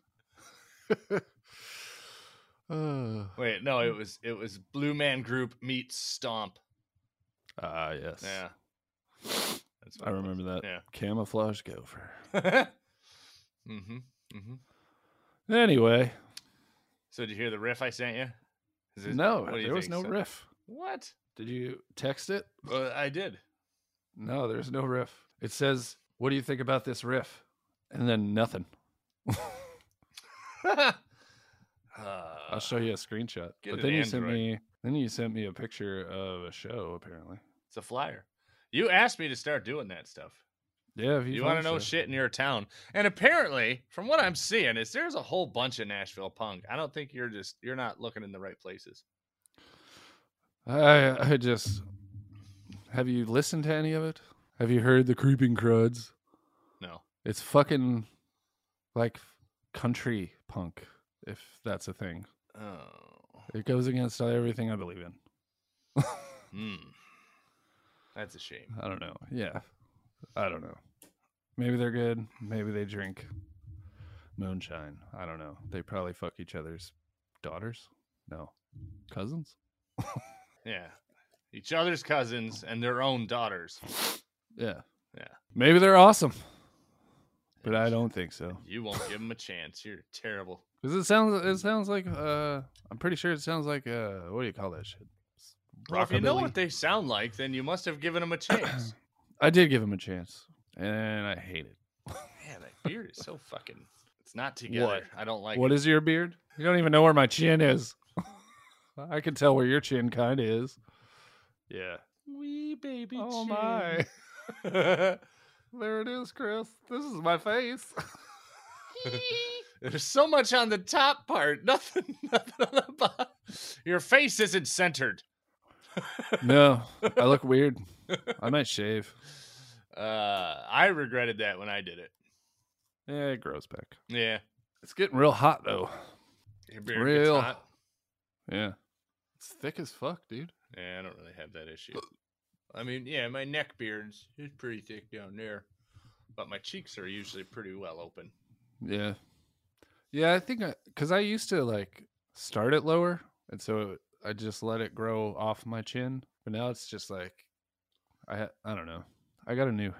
Ah,
Wait, no, it was it was blue man group meets stomp.
Ah, yes.
Yeah, that's
I remember that.
Yeah.
Camouflage Gopher.
mm-hmm. Mm-hmm.
Anyway,
So did you hear the riff I sent you? Is it-
no,
what do you
there was
think?
no
So-
riff.
What?
Did you text it?
Well, I did.
No, there's no riff. It says, "What do you think about this riff?" And then nothing.
uh,
I'll show you a screenshot.
get
but
an
then you sent
Android.
me then you sent me a picture of a show apparently.
It's a flyer. You asked me to start doing that stuff.
Yeah, if you,
You want to
find
know
so.
shit in your town. And apparently, from what I'm seeing, is there's a whole bunch of Nashville punk. I don't think you're just you're not looking in the right places.
I I just have you listened to any of it? Have you heard the Creeping Cruds?
No.
It's fucking like country punk, if that's a thing.
Oh.
It goes against everything I believe in.
Hmm. That's a shame.
I don't know. Yeah. I don't know. Maybe they're good. Maybe they drink moonshine. I don't know. They probably fuck each other's daughters. No. Cousins?
Yeah. Each other's cousins and their own daughters.
Yeah.
Yeah.
Maybe they're awesome. But I don't think so.
You won't give them a chance. You're terrible.
Cuz it sounds it sounds like uh I'm pretty sure it sounds like uh what do you call that shit?
Well, if you know
Rockabilly?
what they sound like, then you must have given them a chance.
I did give him a chance and I hate it.
Man, that beard is so fucking. It's not together. I don't like
What
it.
is your beard? You don't even know where my chin is. I can tell where your chin kind of is. Yeah.
Wee baby.
Oh
chin.
my. there it is, Chris. This is my face.
There's so much on the top part, nothing, nothing on the bottom. Your face isn't centered.
no, I look weird. I might shave.
Uh, I regretted that when I did it.
Yeah, it grows back.
Yeah,
It's getting real hot though.
your beard gets
Real.
hot.
Yeah. It's thick as fuck, dude.
Yeah, I don't really have that issue. I mean, yeah, my neck beard's is pretty thick down there, but my cheeks are usually pretty well open.
Yeah. Yeah, I think I, cuz I used to like start it lower and so I just let it grow off my chin, but now it's just like I ha- I don't know. I got a new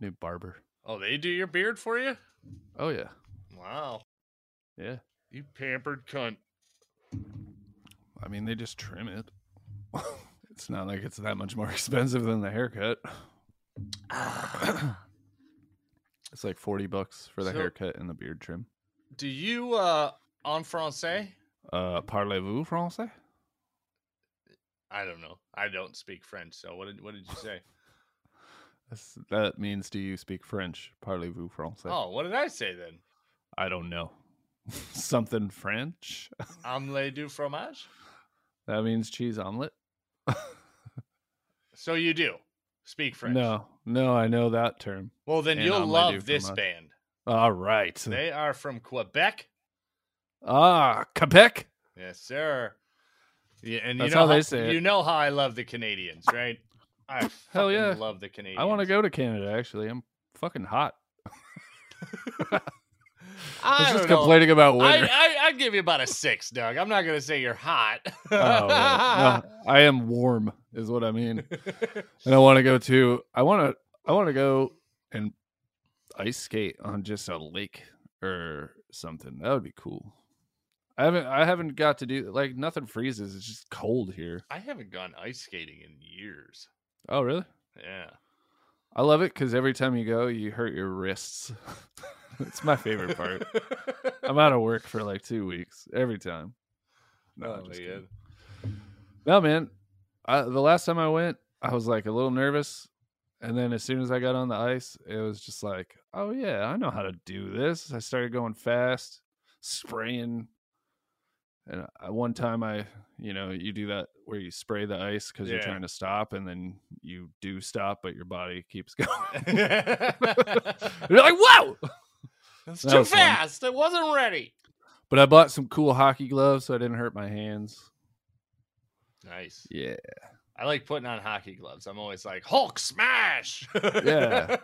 new barber.
Oh, they do your beard for you?
Oh yeah.
Wow,
Yeah.
you pampered cunt.
I mean, they just trim it. it's not like it's that much more expensive than the haircut. it's like 40 bucks for the
Ah. So-
haircut and the beard trim.
Do you uh en français?
Uh, parlez-vous français?
I don't know. I don't speak French, so what did what did you say?
That's, that means do you speak French? Parlez-vous français?
Oh, what did I say then?
I don't know. Something French?
Omelette du fromage?
That means cheese omelet?
So you do speak French.
No, no, I know that term.
Well, then
And
you'll
omelette du
love this
fromage. Hmm.
band.
All right.
They are from Quebec.
ah, Quebec?
Yes, sir. Yeah, and you
That's
know
how they say it.
you know how I love the Canadians, right? I
Hell
fucking
yeah.
love the Canadians.
I want to go to Canada, actually. I'm fucking hot. I
I
was
don't
just
know.
complaining about
I,
winter.
I I'd give you about a six, Doug. I'm not gonna say you're hot.
oh, yeah. no, I am warm, is what I mean. And I want to go to. I want to. I want to go and ice skate on just a lake or something. That would be cool. I haven't. I haven't got to do like nothing freezes. It's just cold here.
I haven't gone ice skating in years.
Oh really?
Yeah.
I love it because every time you go, you hurt your wrists. it's my favorite part. I'm out of work for like two weeks every time. No,
Oh,
I'm just
man.
kidding. No, man. I, the last time I went, I was like a little nervous, and then as soon as I got on the ice, it was just like, oh yeah, I know how to do this. I started going fast, spraying. And I, one time, I you know you do that where you spray the ice because you're
Yeah.
trying to stop, and then you do stop, but your body keeps going.
it's
you're like, whoa! That was
too
fun.
fast. I wasn't ready.
But I bought some cool hockey gloves so I didn't hurt my hands.
Nice.
Yeah.
I like putting on hockey gloves. I'm always like Hulk smash.
Yeah.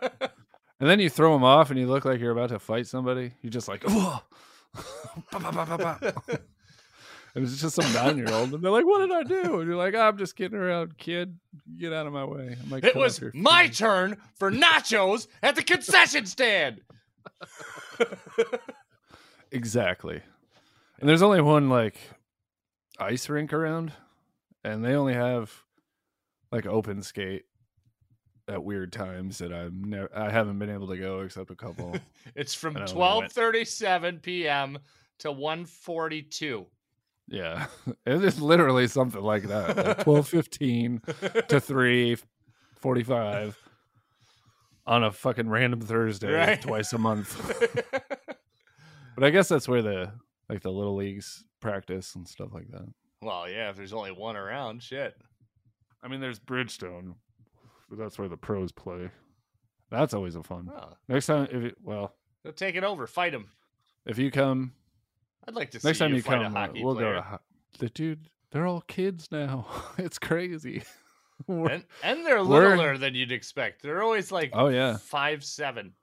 And then you throw them off and you look like you're about to fight somebody. You're just like, oh. And it's just some nine year old. And they're like, what did I do? And you're like, "Ah, I'm just kidding around, kid. Get out of my way. I'm like,
it
"Cut off
was
your
my
fingers."
turn for nachos at the concession stand.
Exactly. And there's only one like ice rink around, and they only have like open skate at weird times that I've never I haven't been able to go except a couple.
It's from
I don't know when I went.
12:37 p.m. to 1:42.
yeah. It is literally something like that. Like twelve fifteen to three forty five on a fucking random Thursday
Right.
twice a month. But I guess that's where the like the little leagues practice and stuff like that.
well, yeah, if there's only one around, shit.
I mean, there's Bridgestone, but that's where the pros play. That's always a fun.
Oh,
Next time, if it, well,
they'll take it over, fight him.
if you come
I'd like to see
next time you,
fight
come,
a
uh,
hockey
we'll
player.
go to ho- the dude. They're all kids now. it's crazy. We're-
and, and they're
we're-
littler than you'd expect. They're always like
oh yeah,
five seven,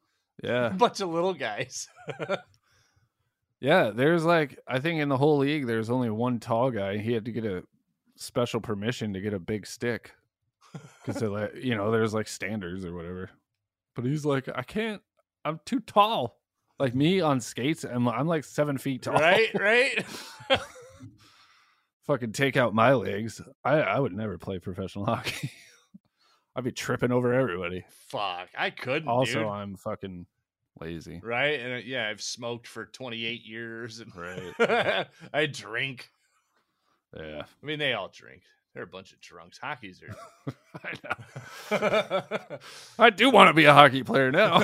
a
yeah,
bunch of little guys.
yeah. There's like I think in the whole league there's only one tall guy. He had to get a special permission to get a big stick because they're like you know there's like standards or whatever. But he's like I can't. I'm too tall. Like me on skates, I'm I'm like seven feet tall.
right, right.
fucking take out my legs, I, I would never play professional hockey. I'd be tripping over everybody.
Fuck, I couldn't.
Also,
dude.
I'm fucking lazy.
right? And uh, yeah, I've smoked for 28 years, and I drink.
Yeah.
I mean, they all drink. They're a bunch of drunks. Hockey's
I know.
are,
I do want to be a hockey player now.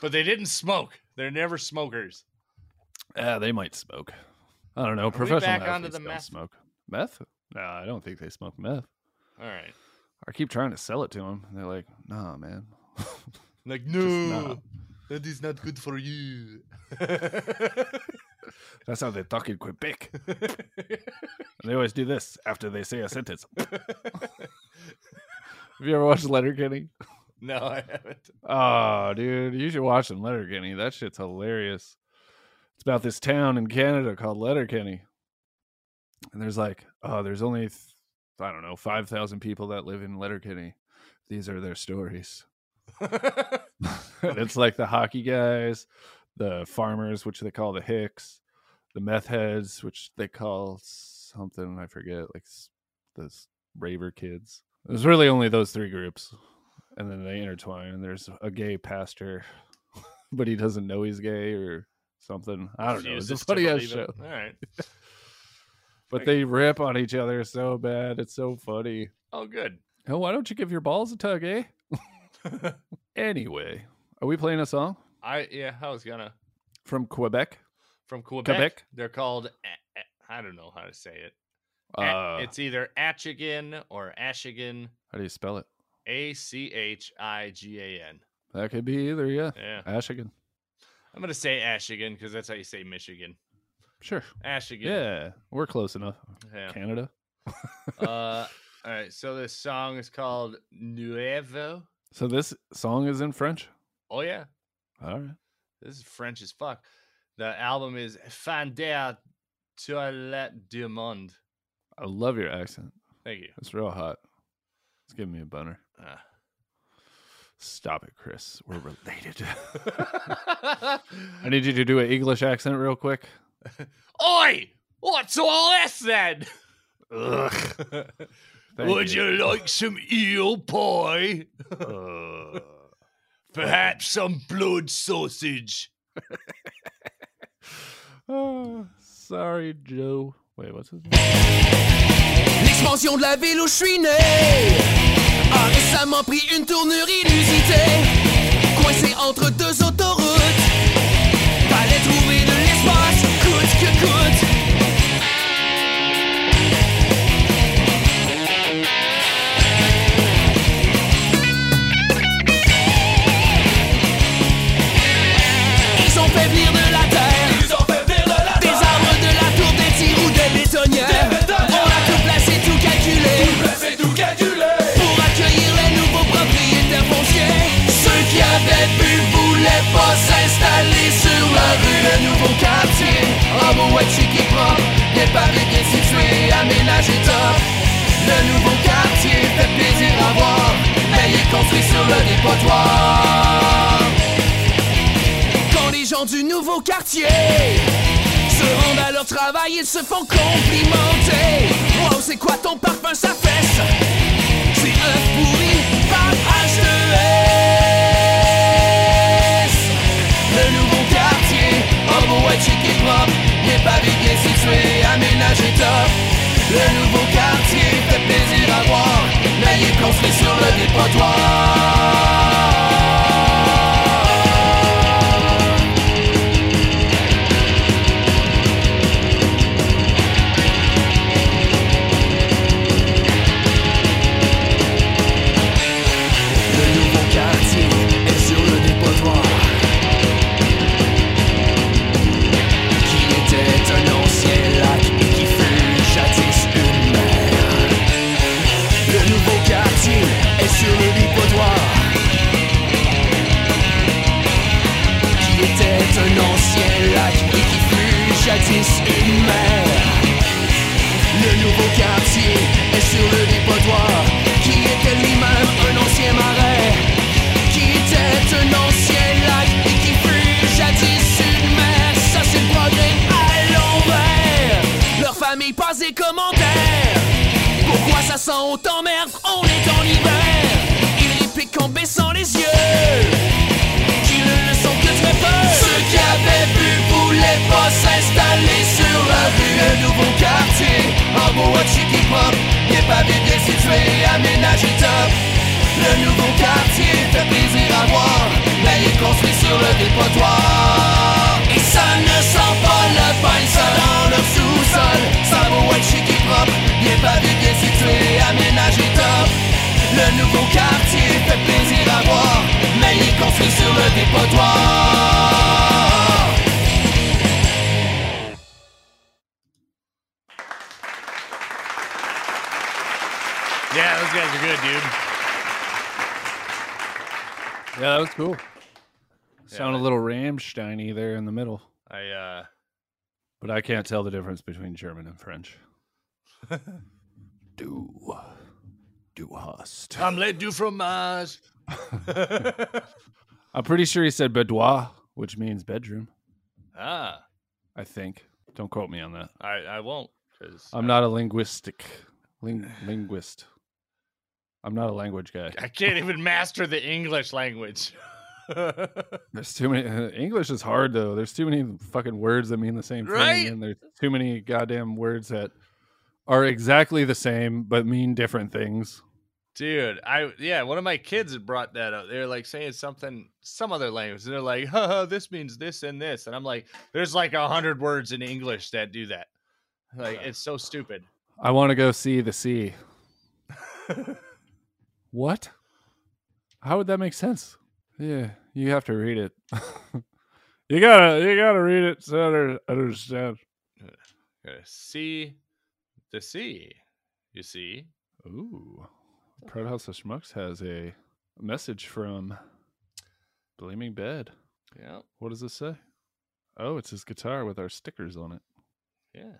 but they didn't smoke. They're never smokers.
yeah, Eh, they might smoke. I don't know.
we
professional
back
athletes
onto the
don't
meth?
smoke. Meth? No, I don't think they smoke meth.
All right,
I keep trying to sell it to them. They're like, nah, man.
like
not.
no, that is not good for you.
That's how they talk in Quebec. And they always do this after they say a sentence. Have you ever watched Letterkenny?
no, I haven't.
Oh, dude, you should watch some Letterkenny. That shit's hilarious. It's about this town in Canada called Letterkenny. And there's like, oh, there's only, th- I don't know, 5,000 people that live in Letterkenny. These are their stories. And it's like the hockey guys, the farmers, which they call the Hicks, the meth heads, which they call something, I forget, like s- the s- raver kids. There's really only those three groups. And then they intertwine, and there's a gay pastor, but he doesn't know he's gay or something. I don't know. It's a
Refuses to
funny ass
believe
show.
it. All right.
But they rip on each other so bad. It's so funny.
Oh, good.
Oh, why don't you give your balls a tug, eh? anyway, are we playing a song
I yeah, I was gonna
from Quebec?
from Quebec.
Quebec?
They're called. a- a- I don't know how to say it. A-
Uh,
it's either Achigan or Ashigan.
How do you spell it?
A C H I G A N.
That could be either, yeah.
Yeah,
Ashigan.
I'm gonna say Ashigan because that's how you say Michigan.
Sure.
Ashigan.
Yeah. We're close enough.
Yeah.
Canada.
uh, all right. So this song is called Nuevo.
So this song is in French?
Oh yeah,
All right.
this is French as fuck. The album is Fandère Toilette du Monde.
I love your accent.
Thank you.
It's real hot. It's giving me a boner.
Ah.
Stop it, Chris. We're related. I
Oi!
need you to do an English accent real quick.
What's all this then?
Ugh. Thank
Would you. like some eel pie?
Ugh.
Uh, Perhaps some blood sausage.
Oh, sorry, Joe. Wait, what's his name?
L'expansion de la ville où je suis né a récemment pris une tournure inusitée. Coincé entre deux autoroutes, fallait trouver de l'espace coûte que coûte. Ils ont fait venir de la terre. Des arbres de la tour, des tirs ou des bétonnières. On a tout placé, tout calculé. Pour accueillir les nouveaux propriétaires fonciers. Ceux qui avaient pu voulaient pas s'installer sur la rue. Le nouveau quartier. Homo et qui prend. Bien parlé, bien situé, aménagé top. Le nouveau quartier fait plaisir à voir. Mais il est construit sur le dépotoir. Quand les gens du nouveau quartier se rendent à leur travail, ils se font complimenter. Wow, c'est quoi ton parfum, ça fesse C'est œuf pourri par H2S. Le nouveau quartier, homo et chic et propre, les pavés bien situés, aménagés top. Le nouveau quartier fait plaisir à voir, mais il est construit sur le dépotoir. Le nouveau quartier est sur le dépotoir Qui était un ancien lac qui fut jadis une mer Le nouveau quartier est sur le dépotoir Qui était un ancien lac et qui fut jadis une mer le nouveau quartier est sur le dépotoir Qui était lui-même un ancien marais Qui était un ancien lac Et qui fut jadis une mer Ça c'est le progrès à l'envers Leur famille passe des commentaires Pourquoi ça sent autant merde On est en hiver Ils répliquent en baissant les yeux qui ne le sont que très peu. Ceux qui avaient vu voulaient pas s'installer sur la rue. Le nouveau quartier, en beau chic et propre, des pavés bien situés, aménagé top. Le nouveau quartier fait plaisir à voir, mais il est construit sur le dépotoir. Et ça ne sent pas le pain, ça dans leur sous-sol. Ça beau être chic et propre, bien pavé, bien situé, aménagé top. Le nouveau quartier fait plaisir à voir, mais il est construit sur le dépotoir.
Yeah, those guys are good, dude.
Yeah, that was cool.
Yeah,
Sound a
that-
little Ramsteiny there in the middle,
I uh
but I can't tell the difference between German and French. do, do hast.
I'm let do from Mars.
I'm pretty sure he said boudoir, which means bedroom.
ah,
I think. Don't quote me on that.
I I won't because
I'm not a linguistic ling, linguist. I'm not a language guy.
I can't even master the English language.
There's too many. English is hard though. There's too many fucking words that mean the same
Right?
thing, and there's too many goddamn words that are exactly the same but mean different things.
Dude, I yeah, one of my kids had brought that up. They're like saying something, some other language. And they're like, "Ha, ha, this means this and this. And I'm like, there's like a hundred words in English that do that. Like, it's so stupid.
I want to go see the sea. what? How would that make sense? Yeah, you have to read it. you gotta, you gotta read it so under- understand.
Uh, See the sea. You see?
Ooh, Proud House of Schmucks has a message from Blaming Bed.
Yeah.
What does this say? Oh, it's his guitar with our stickers on it.
Yeah.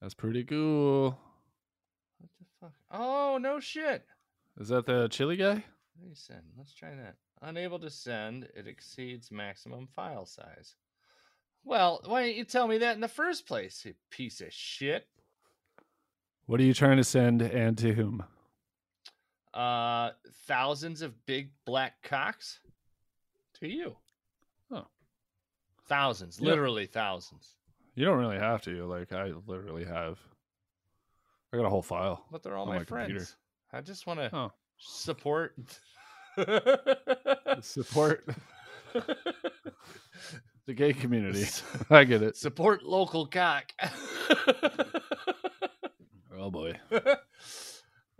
That's pretty cool.
What the fuck? Oh, no shit.
Is that the chili guy?
Let me send. Let's try that. Unable to send. It exceeds maximum file size. Well, why didn't you tell me that in the first place, you piece of shit?
What are you trying to send and to whom?
Uh, thousands of big black cocks. to you.
Oh.
Thousands,
Yeah.
literally thousands.
You don't really have to. Like I literally have. I got a whole file.
But they're all
On
my,
my
friends.
computer.
I just want to
Oh.
support.
Support the gay community. I get it.
support local cock.
Oh boy.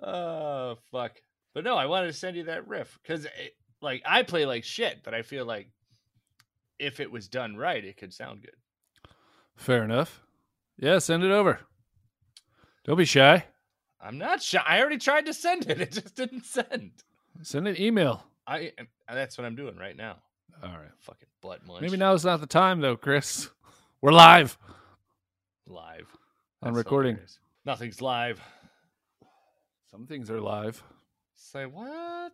oh fuck! But no, I wanted to send you that riff because, like, I play like shit, but I feel like if it was done right, it could sound good.
Fair enough. Yeah, send it over. Don't be shy.
I'm not shy. I already tried to send it; it just didn't send.
Send an email.
I am- that's what I'm doing right now.
All right.
Fucking butt munch.
Maybe now's not the time though, Chris. We're live
live.
on
That's
recording.
hilarious. Nothing's live.
Some things are live.
Say what?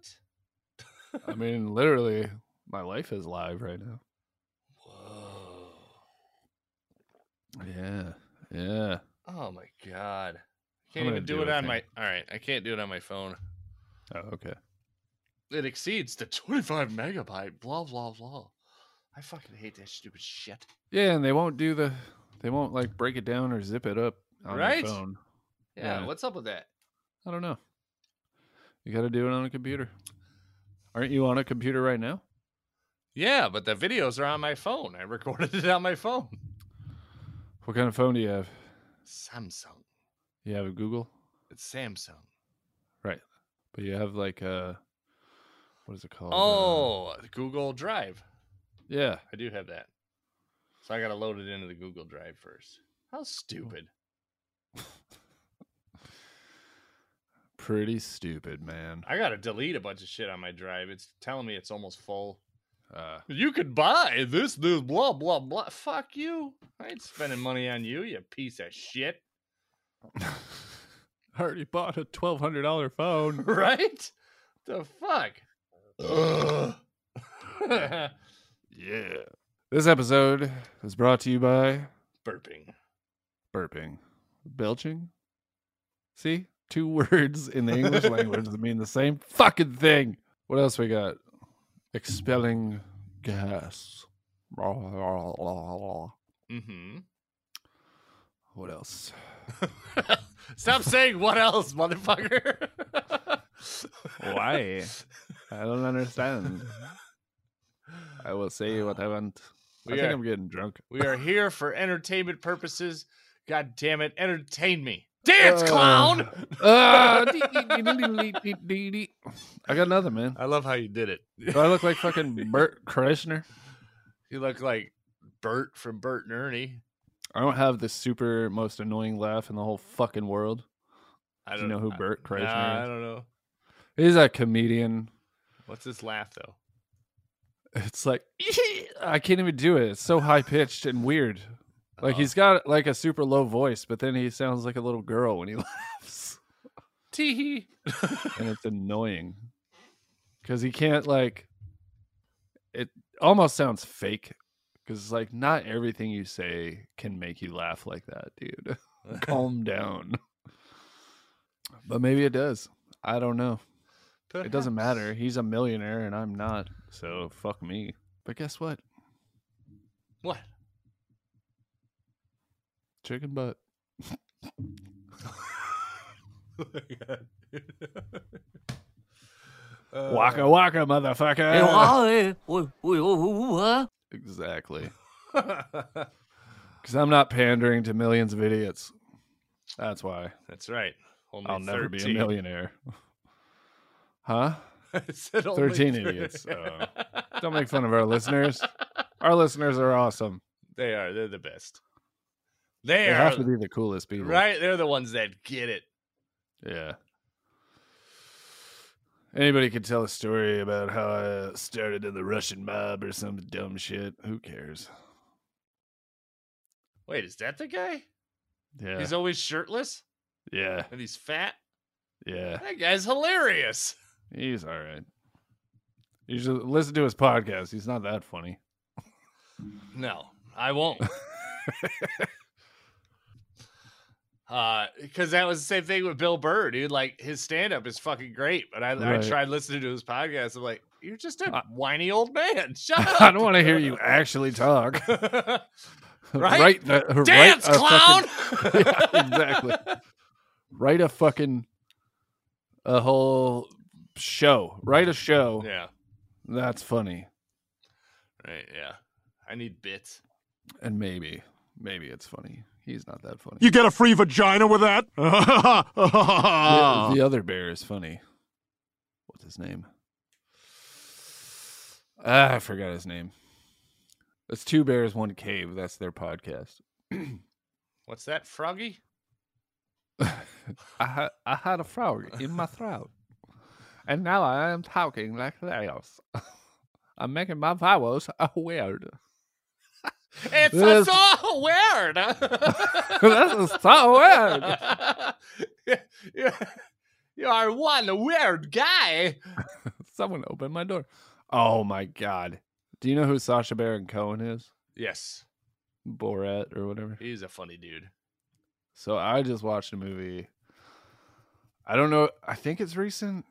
I mean, literally, my life is live right now.
Whoa!
Yeah. Yeah.
Oh my god!
I'm
Can't
gonna
even do,
do
it
a
on
thing.
my. All right, I can't do it on my phone.
Oh, okay.
It exceeds the 25 megabyte. Blah blah blah. I fucking hate that stupid shit.
Yeah, and they won't do the they won't like break it down or zip it up on your
Right?
phone.
Yeah,
Yeah.
what's up with that?
I don't know. You got to do it on a computer. Aren't you on a computer right now?
Yeah, but the videos are on my phone. I recorded it on my phone.
What kind of phone do you have?
Samsung.
You have a Google,
It's Samsung.
but you have like a what is it called? Uh,
Oh, Google Drive.
yeah.
I do have that. So I got to load it into the Google Drive first. How stupid.
Pretty stupid, man.
I got to delete a bunch of shit on my drive. It's telling me it's almost full.
Uh,
You could buy this, this, blah, blah, blah. Fuck you. I ain't spending money on you, you piece of shit.
I already bought a twelve hundred dollar phone.
Right? The fuck? Ugh.
yeah. This episode is brought to you by
Burping.
burping, belching. See, two words in the English language that mean the same fucking thing. What else we got? Expelling gas. What
Mm-hmm.
else?
Stop saying what else, motherfucker.
Why? I don't understand. I will say what I want.
We
I think
are-
I'm getting drunk.
We are here for entertainment purposes. God damn it, entertain me. Dance,
Uh.
clown!
Ah, dee- dee- dee- dee- dee- dee- dee. I got another man.
I love how you did it.
Do I look like fucking Bert Kreischer?
You look like Bert from Bert and Ernie.
I don't have the super most annoying laugh in the whole fucking world.
I
Do you know who
I-
Bert Kreischer
Nah, I
is?
don't know.
He's a comedian.
What's his laugh though?
It's like I can't even do it. It's so high pitched and weird. Like
Uh,
he's got like a super low voice, but then he sounds like a little girl when he laughs,
tee hee.
and it's annoying because he can't like. It almost sounds fake because like not everything you say can make you laugh like that, dude. Calm down. But maybe it does. I don't know. It doesn't matter. He's a millionaire and I'm not. So fuck me. But guess what?
What?
Chicken butt.
Oh
Uh, waka waka,
Eh,
motherfucker.
ah,
Exactly.
Uh,
Because I'm not pandering to millions of idiots. That's why
That's right. Only
I'll never be a
13.
millionaire. huh?
I said only
13
thir-
idiots. Oh. Don't make fun of our listeners. Our listeners are awesome.
They are. They're the best. They,
They
are
have to be the coolest people.
right. They're the ones that get it.
Yeah. Anybody could tell a story about how I uh, started in the Russian mob or some dumb shit. Who cares?
Wait, is that the guy?
Yeah.
He's always shirtless
yeah.
and he's fat.
Yeah.
That guy's hilarious.
He's all right. You should listen to his podcast. He's not that funny.
No, I won't. because Uh, that was the same thing with Bill Burr, dude. Like his stand up is fucking great, but I, I
Right.
tried listening to his podcast. I'm like, you're just a
I-
whiny old man. Shut up.
I don't want to hear you actually talk.
Right?
Write the- write
Dance,
a
clown.
uh, fucking- Yeah, exactly. Write a fucking a whole show. Write a show.
yeah.
That's funny.
Right. Yeah. I need bits.
And maybe, maybe it's funny. He's not that funny.
You get a free vagina with that?
the, the other bear is funny. What's his name? Ah, I forgot his name. It's two bears, one cave. That's their podcast.
What's that, Froggy?
I had I had a frog in my throat, and now I am talking like this. I'm making my vowels weird.
It's
Yes.
so weird.
this is so weird.
you, you are one weird guy.
Someone open my door. Oh my god! Do you know who Sasha Baron Cohen is?
Yes,
Borat or whatever.
he's a funny dude.
So I just watched a movie. I don't know. I think it's recent.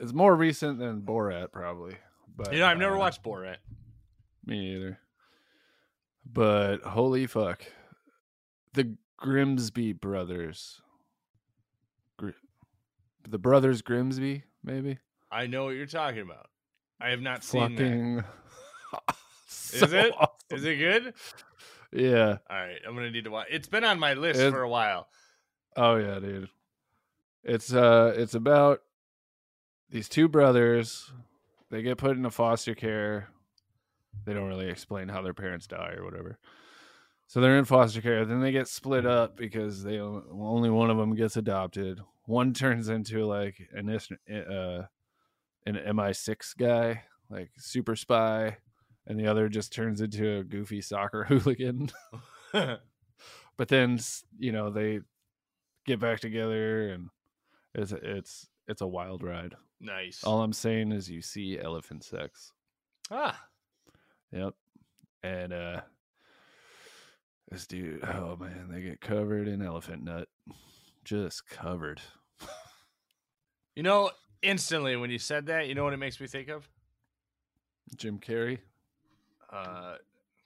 It's more recent than Borat, probably. But
You know, I've never
uh,
watched Borat.
Me either. But holy fuck. The Grimsby brothers. Gr- the brothers Grimsby, maybe?
I know what you're talking about. I have not seen that.
Fucking.
Is
so
it?
awesome.
Is it good?
Yeah.
All right, I'm gonna need to watch. It's been on my list
It-
for a while.
Oh yeah, dude. It's uh it's about these two brothers. They get put into foster care. They don't really explain how their parents die or whatever. So they're in foster care. Then they get split up because they o- only one of them gets adopted. One turns into like an is- uh an MI6 guy, like super spy, and the other just turns into a goofy soccer hooligan. but then s- you know they get back together and it's it's it's a wild ride.
Nice.
All I'm saying is you see elephant sex.
Ah,
Yep. And uh this dude, oh man, they get covered in elephant nut. Just covered.
you know, instantly when you said that, you know what it makes me think of?
Jim Carrey,
Uh,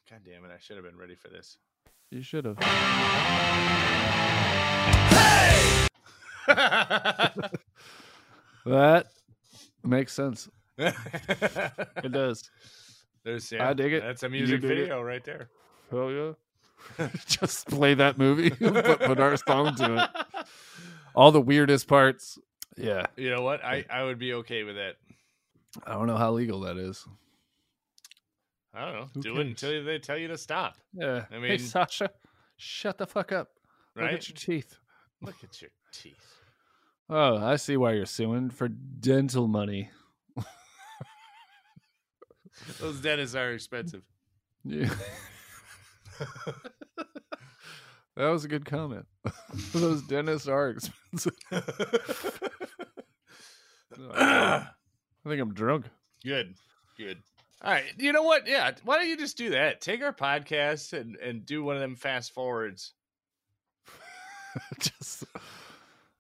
God damn it! I should have been ready for this.
you should have. That makes sense. It does.
There's yeah,
I dig it.
That's a
You
music
dig it.
video right there.
Hell yeah. Just play that movie, put, put our song to it. All the weirdest parts. Yeah.
You know what? I, I would be okay with that.
I don't know how legal that is.
I don't know.
Who
do it
cares?
until they tell you to stop.
Yeah.
I
hey,
mean-
Sasha, shut the fuck up. Look
Right?
at your teeth.
Look at your teeth.
Oh, I see why you're suing for dental money.
Those dentists are expensive.
Yeah. that was a good comment. Those dentists are expensive. Oh, God. I think I'm drunk.
Good. Good. All right. You know what? Yeah. Why don't you just do that? Take our podcast and, and do one of them fast forwards.
just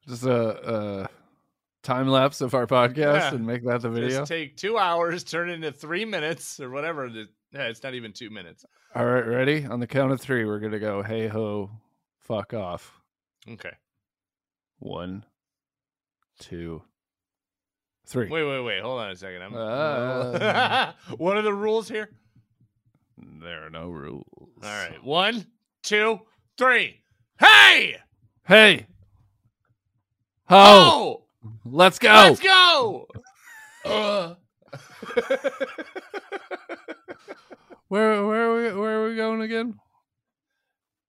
just a, a time lapse of our podcast
Yeah.
and make that the video.
Just take two hours, turn it into three minutes or whatever. the- Yeah, it's not even two minutes.
All right, ready? On the count of three, we're gonna go. Hey ho, fuck off.
Okay.
One, two, three.
Wait, wait, wait. Hold on a second. I'm
Uh.
what are the rules here?
There are no rules.
All right. One, two, three. Hey!
Hey. Ho, let's go.
Oh! Let's go! Uh.
Where where are we where are we going again?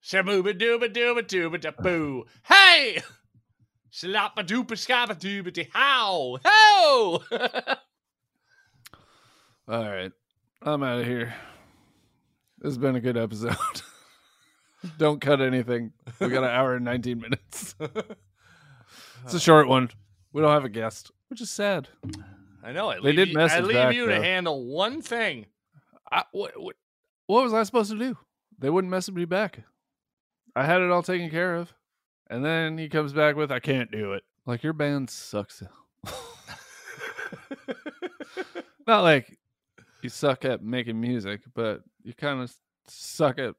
Shabooba dooba dooba dooba da boo. Hey! Slappa dooba scabba dooba de how! Ho!
All right. I'm out of here. This has been a good episode. Don't cut anything. We got an hour and 19 minutes. it's a short one. We don't have a guest, which is sad.
I know it.
They did
I
message
leave
back,
you
though.
to handle one thing.
I, what, what, what was I supposed to do? They wouldn't message me back. I had it all taken care of. And then he comes back with, I can't do it. Like, your band sucks. Not like you suck at making music, but you kind of suck at,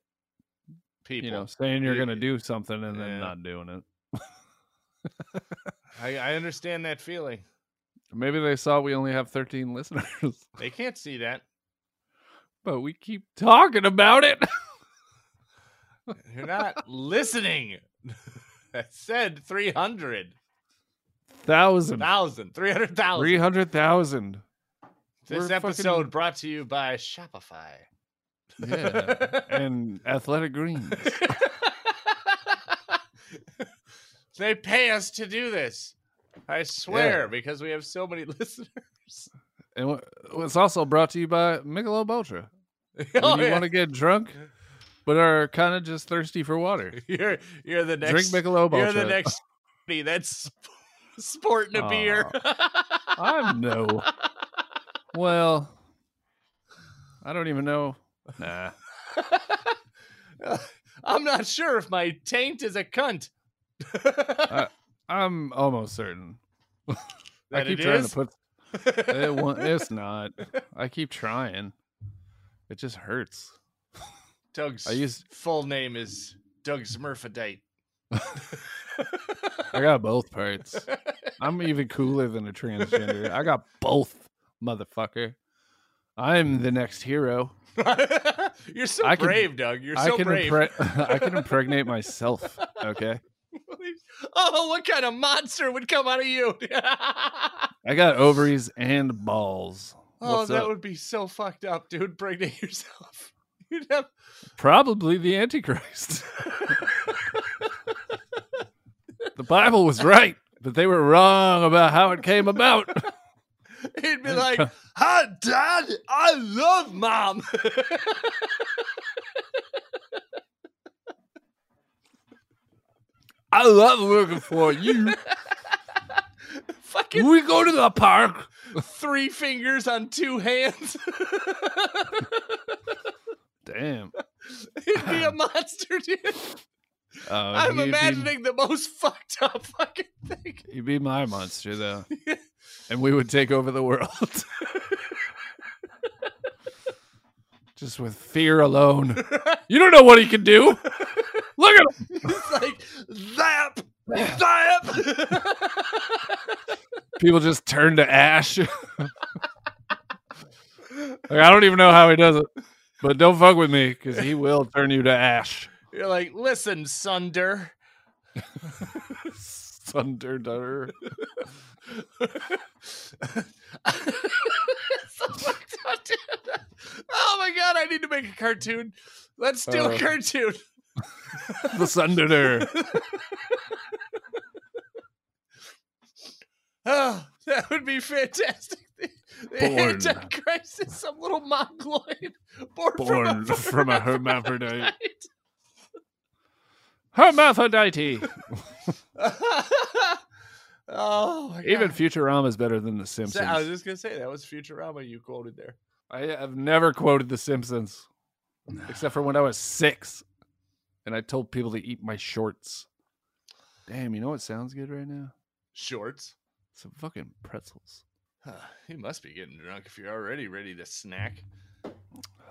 People,
you know, saying you're
Yeah.
going to do something and then
Yeah.
not doing it.
I, I understand that feeling.
Maybe they saw we only have 13 listeners,
They can't see that.
but we keep talking about it.
You're not listening. I said 300,000.
Thousand.
300,000.
300,000.
This
We're
episode
fucking-
brought to you by Shopify.
Yeah. and Athletic Greens.
they pay us to do this. I swear, because we have so many listeners.
And wha- it's also brought to you by Michelob Ultra. When
Oh,
you
yeah.
want to get drunk, but are kind of just thirsty for water.
you're you're the
Drink
next
Michelob
you're
Ultra.
the next buddy that's sporting a beer.
I'm no. Well, I don't even know. Nah.
I'm not sure if my taint is a cunt.
I'm almost certain. I
That
keep
it
trying
is?
to put it won't, it's not. I keep trying. It just hurts.
Doug's
I used-
full name is Doug Smurfadite.
I got both parts. I'm even cooler than a transgender. I got both, motherfucker. I'm the next hero.
You're so
I can-
brave, Doug. You're
I
so
can
brave.
impre- I can impregnate myself. Okay.
oh, what kind of monster would come out of you?
I got ovaries and balls.
oh,
What's
that
up?
would be so fucked up, dude. Bring to yourself. You'd have
Probably the Antichrist. the Bible was right, but they were wrong about how it came about.
He'd be like, "Hi, Dad. I love Mom."
I love working for you.
Fucking
We go to the park.
three fingers on two hands.
Damn.
He'd be a monster, dude.
Uh,
I'm
you'd be-
imagining the most fucked up fucking thing.
You'd be my monster, though. and we would take over the world. Just with fear alone. You don't know what he can do. Look at him.
It's like zap, zap.
People just turn to ash. like, I don't even know how he does it. But don't fuck with me because he will turn you to ash.
You're like, listen, Sunder.
Sunder dunder.
So fucked up, dude. Oh my god, I need to make a cartoon. Let's do a
Uh,
cartoon.
The sunderer.
Oh, that would be fantastic. The, the
Born.
Antichrist is some little mongoloid born,
Born
from
from
a
a hermaphrodite.
hermaphrodite.
Hermaphrodite.
oh, my
Even
God.
Futurama is better than The
So- I was
Simpsons.
just gonna say that was Futurama you quoted there.
I have never quoted The Simpsons, except for when I was six, and I told people to eat my shorts. Damn, you know what sounds good right now?
Shorts.
Some fucking pretzels.
Huh, you must be getting drunk if you're already ready to snack.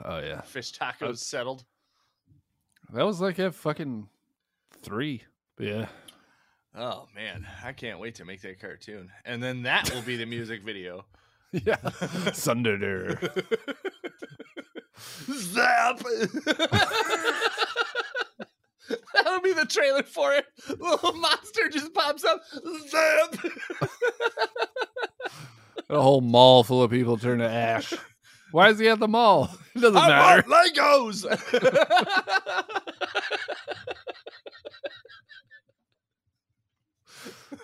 Oh yeah,
Fish tacos settled.
that was like at fucking three. Yeah,
Oh man, I can't wait to make that cartoon. And then that will be the music video.
yeah. Sunderer.
Zap! That'll be the trailer for it. Little monster just pops up. Zap!
A whole mall full of people turn to ash. Why is he at the mall? It doesn't
I
matter.
want Legos.
this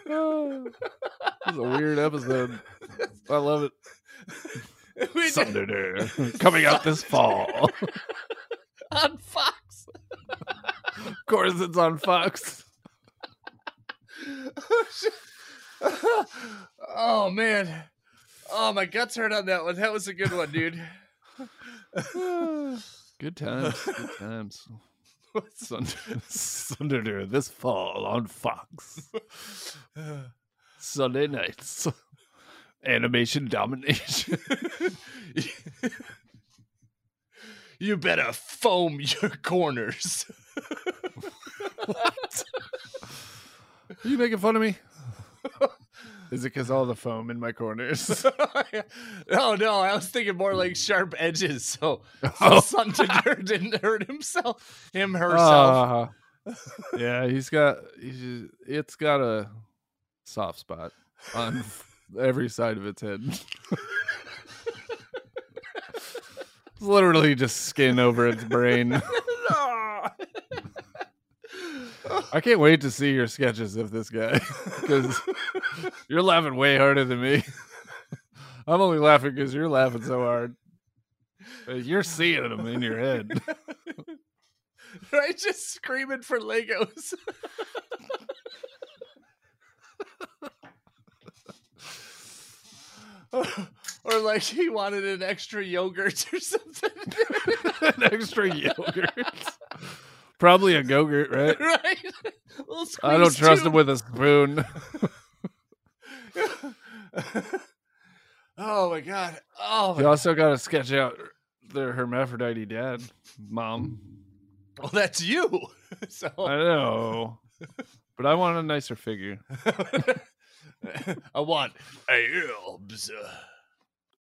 is a weird episode. I love it.
we did
Sunderer coming out this fall.
on Fox.
Of course, it's on Fox.
oh man. Oh my guts hurt on that one. That was a good one, dude.
good times. Good times. Thunder, Thunder this fall on Fox. Sunday nights. Animation domination.
you better foam your corners.
Are you making fun of me? Is it because all the foam in my corners?
oh no, I was thinking more like sharp edges. So, so
Oh.
Sundinger didn't hurt himself, him herself.
Uh, yeah, he's got. He's just, it's got a soft spot on every side of its head. it's literally just skin over its brain. I can't wait to see your sketches of this guy because you're laughing way harder than me. I'm only laughing because you're laughing so hard. Uh, You're seeing them in your head.
right, just screaming for Legos. or like he wanted an extra yogurt or something,
an extra yogurt. Probably a gogurt, right?
right? Little
I don't
squeeze
trust
tube.
him with a spoon.
Oh my god! Oh, my
You also got to sketch out their hermaphrodite dad, mom.
well, that's you. so
I know, but I want a nicer figure.
I want elves.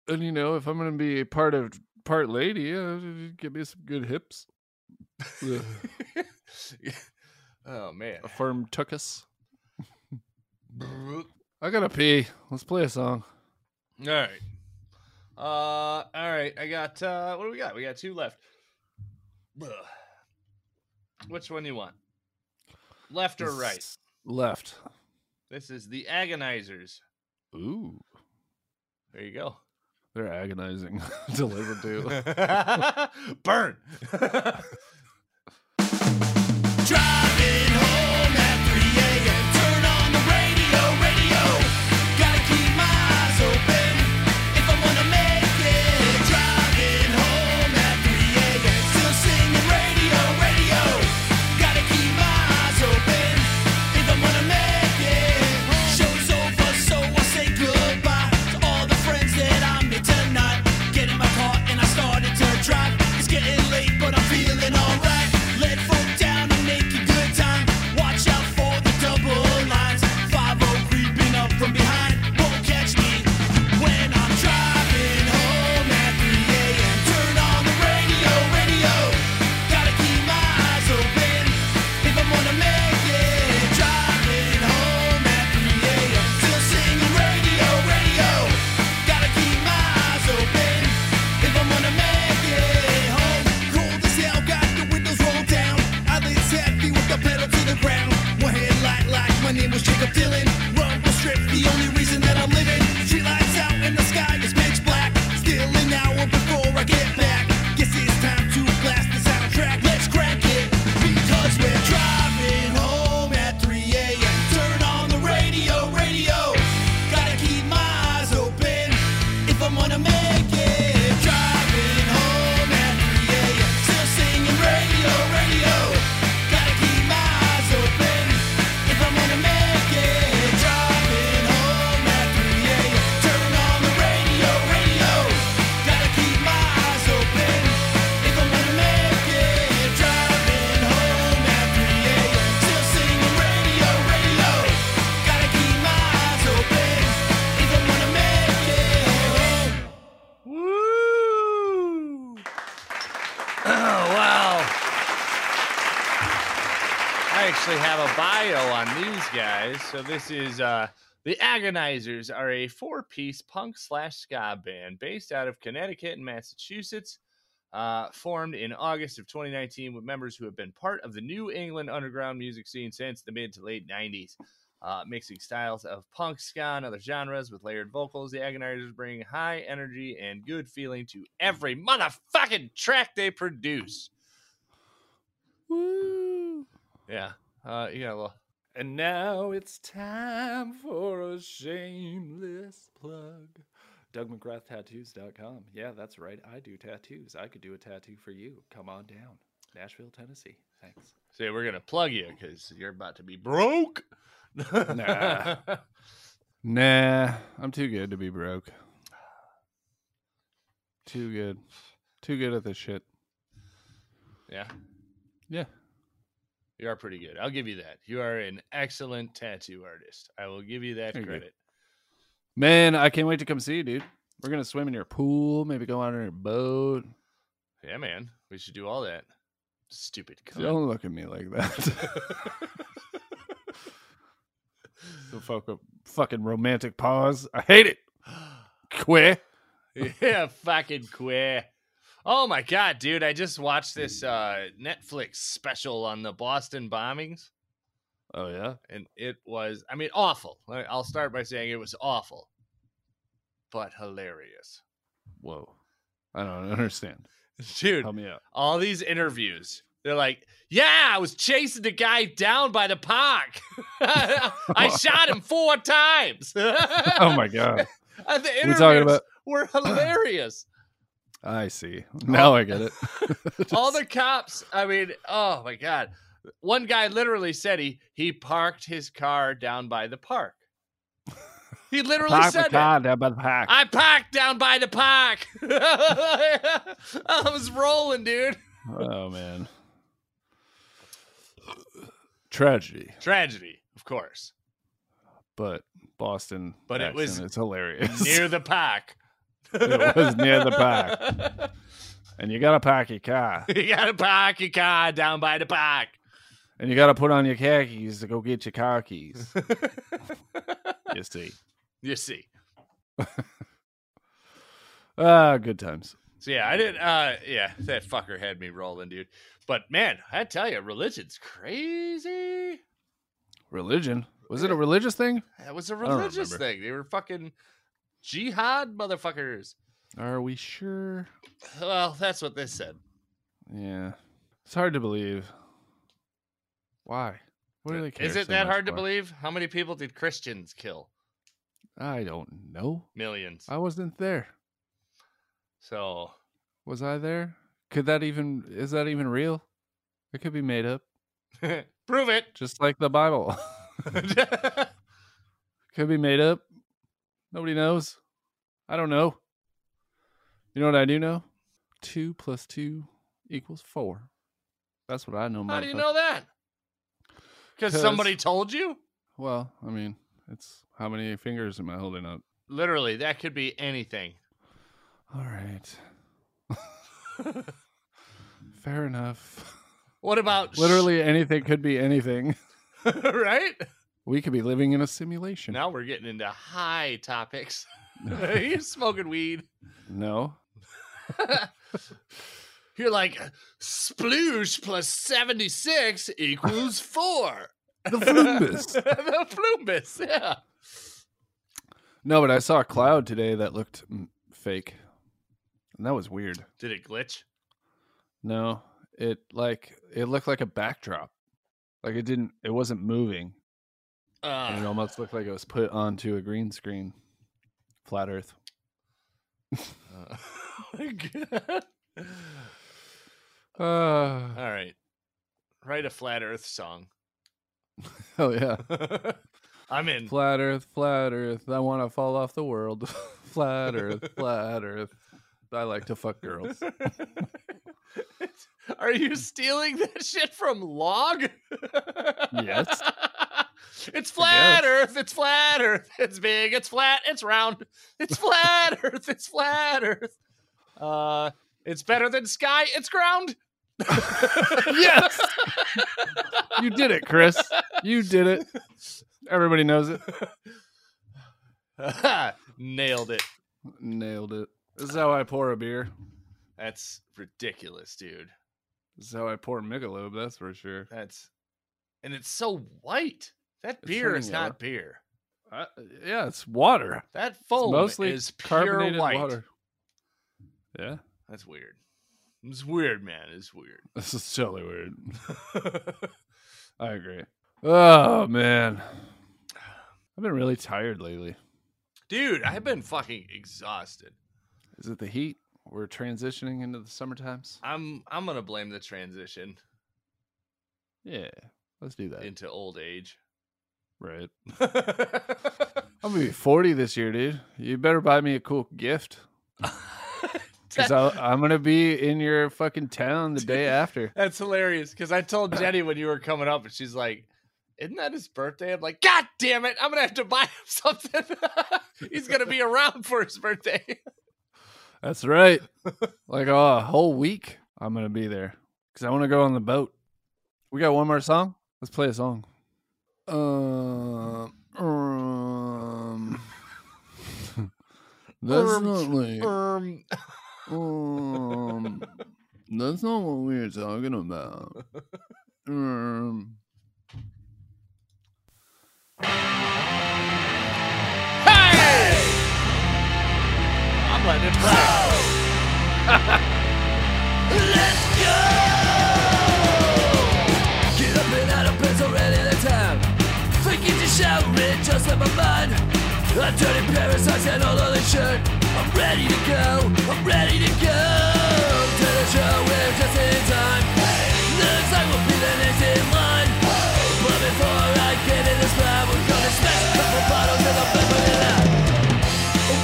And you know, if I'm gonna be a part of part lady, uh, give me some good hips, Ugh,
Oh man!
a firm tuchus. I gotta pee. Let's play a song.
All right. Uh, all right. I got. uh What do we got? We got two left. Ugh. Which one do you want? Left or right?
S- Left.
This is the agonizers.
Ooh,
There you go.
they're agonizing to listen to.
Burn.
Driving home at 3 a.m. Turn on the radio, radio. Gotta keep my eyes open if I wanna make it. Driving home at 3 a.m. Still singing radio, radio. Gotta keep my eyes open if I wanna make it. Show's over, so I say goodbye to all the friends that I met tonight. Get in my car and I started to drive. It's getting late, but I'm feeling alright. Let folk down and make a good time. Watch out for the double lines. 5 creeping up from behind. Won't catch me when I'm driving home at 3 a.m. Turn on the radio, radio. Gotta keep my eyes open if I'm gonna make it. Driving home at 3 a.m. Still singing radio, radio. Gotta keep my eyes open if I'm gonna make it home. Cold as hell, got the windows rolled down. I laid happy with the pedal to the ground. One headlight light, my name was Jacob Dylan. Rumble strip, the only reason that I'm living. Street lights out and the sky is pitch black. Still an hour before I get back. Guess it's time to blast the soundtrack. Let's crack it because we're driving home at 3 a.m. Turn on the radio, radio. Gotta keep my eyes open if I'm gonna make it. Driving home at 3 a.m. Still singing radio, radio. Gotta keep my eyes open if I'm gonna make it. Driving home at 3 a.m. Turn on the radio, radio. Gotta keep my eyes open if I'm gonna make it. Driving home at 3 a.m. Still singing radio, radio. Gotta keep my eyes open if I'm gonna make it.
Woo! Oh wow! I actually have a bio on these guys. So this is uh the Agonizers are a four-piece punk slash ska band based out of Connecticut and Massachusetts. Uh, formed in August of 2019 with members who have been part of the New England underground music scene since the mid to late 90s uh, mixing styles of punk, ska, and other genres with layered vocals. The Agonizers bring high energy and good feeling to every motherfucking track they produce.
Woo.
Yeah, uh, you got a little.
And now it's time for a shameless plug. DougMcGrathTattoos.com. Yeah, that's right. I do tattoos. I could do a tattoo for you. Come on down. Nashville, Tennessee. Thanks.
See, we're gonna plug you because you're about to be broke.
Nah. Nah, I'm too good to be broke. Too good. Too good at this shit.
yeah,
Yeah.
you are pretty good. I'll give you that. You are an excellent tattoo artist. I will give you that
Thank you.
credit.
Man, I can't wait to come see you, dude. We're gonna swim in your pool, maybe go out on your boat.
Yeah, man, we should do all that. Stupid cunt.
Don't look at me like that. the fuck fucking romantic pause. I hate it. Quit.
yeah, fucking queer. Oh my god, dude! I just watched this uh, Netflix special on the Boston bombings.
Oh yeah.
and it was i mean awful I- i'll start by saying it was awful but hilarious
Whoa. I don't understand.
dude
Help me out.
all these interviews they're like yeah i was chasing the guy down by the park i shot him four times
Oh my god.
And the
We're
interviews
talking about.
were hilarious
I see. Now I get it.
all the cops i mean oh my god one guy literally said he he parked his car down by the park he literally said it. I parked down by the park. I was rolling, dude.
Oh man. Tragedy,
Tragedy, of course.
but Boston.
But it was
accent is hilarious.
Near the park.
it was near the park, and you gotta park your car,
you gotta park your car down by the park.
and you gotta put on your khakis to go get your car keys. you see.
You see.
Ah, good times.
So yeah, I didn't uh yeah, that fucker had me rolling, dude. But man, I tell you, religion's crazy.
Religion was it a religious thing?
That was a
don't
religious
remember.
thing. They were fucking jihad motherfuckers.
Are we sure?
Well, that's what they said.
Yeah, it's hard to believe. Why? What do they care?
Is it
so
that
much
hard to
for?
believe? How many people did Christians kill?
I don't know.
Millions.
I wasn't there.
So
Was I there? Could that even is that even real? It could be made up,
prove it.
just like the Bible. could be made up. Nobody knows. I don't know. You know what I do know? Two plus two equals four. That's what I know.
How do you
motherfucker.
know that? Because
'Cause-
somebody told you?
Well, I mean, it's how many fingers am I holding up?
Literally, that could be anything.
All right. Fair enough.
What about sh-
Literally anything could be anything.
right?
We could be living in a simulation.
Now we're getting into high topics. You're smoking weed.
No.
You're like sploosh plus seventy six equals four.
The Flumbus.
the floombus, yeah.
No, but I saw a cloud today that looked mm, fake. And that was weird.
Did it glitch?
No, it like it looked like a backdrop. Like it didn't it wasn't moving. And it
Uh,
almost looked like it was put onto a green screen. Flat earth. Uh, Ah.
All right. Write a flat earth song.
oh yeah.
I'm in.
Flat earth, flat earth. I want to fall off the world. flat earth, flat earth. I like to fuck girls.
Are you stealing that shit from Log?
Yes.
It's flat
guess.
Earth. It's flat Earth. It's big. It's flat. It's round. It's flat Earth. It's flat Earth. Uh, it's better than sky. It's ground.
yes. You did it, Chris. You did it. Everybody knows it.
Nailed it.
Nailed it. This is how I pour a beer.
That's ridiculous, dude.
This is how I pour Michelob, that's for sure.
That's and it's so white. That
It's
beer
turning
is not beer.
Uh, yeah, it's water.
That
It's
foam
mostly
is pure
carbonated
white.
water. Yeah.
That's weird. It's weird, man. It's weird.
This is totally weird. I agree. Oh man. I've been really tired lately.
Dude, I've been fucking exhausted.
Is it the heat? We're transitioning into the summer times.
I'm I'm gonna blame the transition
Yeah, let's do that.
into old age.
right. I'm gonna be 40 this year, dude. You better buy me a cool gift because I'm gonna be in your fucking town the day after.
That's hilarious because I told Jenny when you were coming up, and she's like, "Isn't that his birthday?" I'm like, "God damn it! I'm gonna have to buy him something. He's gonna be around for his birthday."
That's right. like oh, a whole week, I'm gonna be there because I want to go on the boat. We got one more song. Let's play a song. Um, um, that's not like,
Um,
um, that's not what we were talking about. Um,
I'm letting it play.
Get up and out of bed's already the time. Thinking to shout it just in my mind. A dirty parasite and all of the shirt. I'm ready to go, I'm ready to go. To the show, we're just in time. Looks like we'll be the next in line. But before I get in this vibe, we're gonna smash a couple bottles in the back of the line.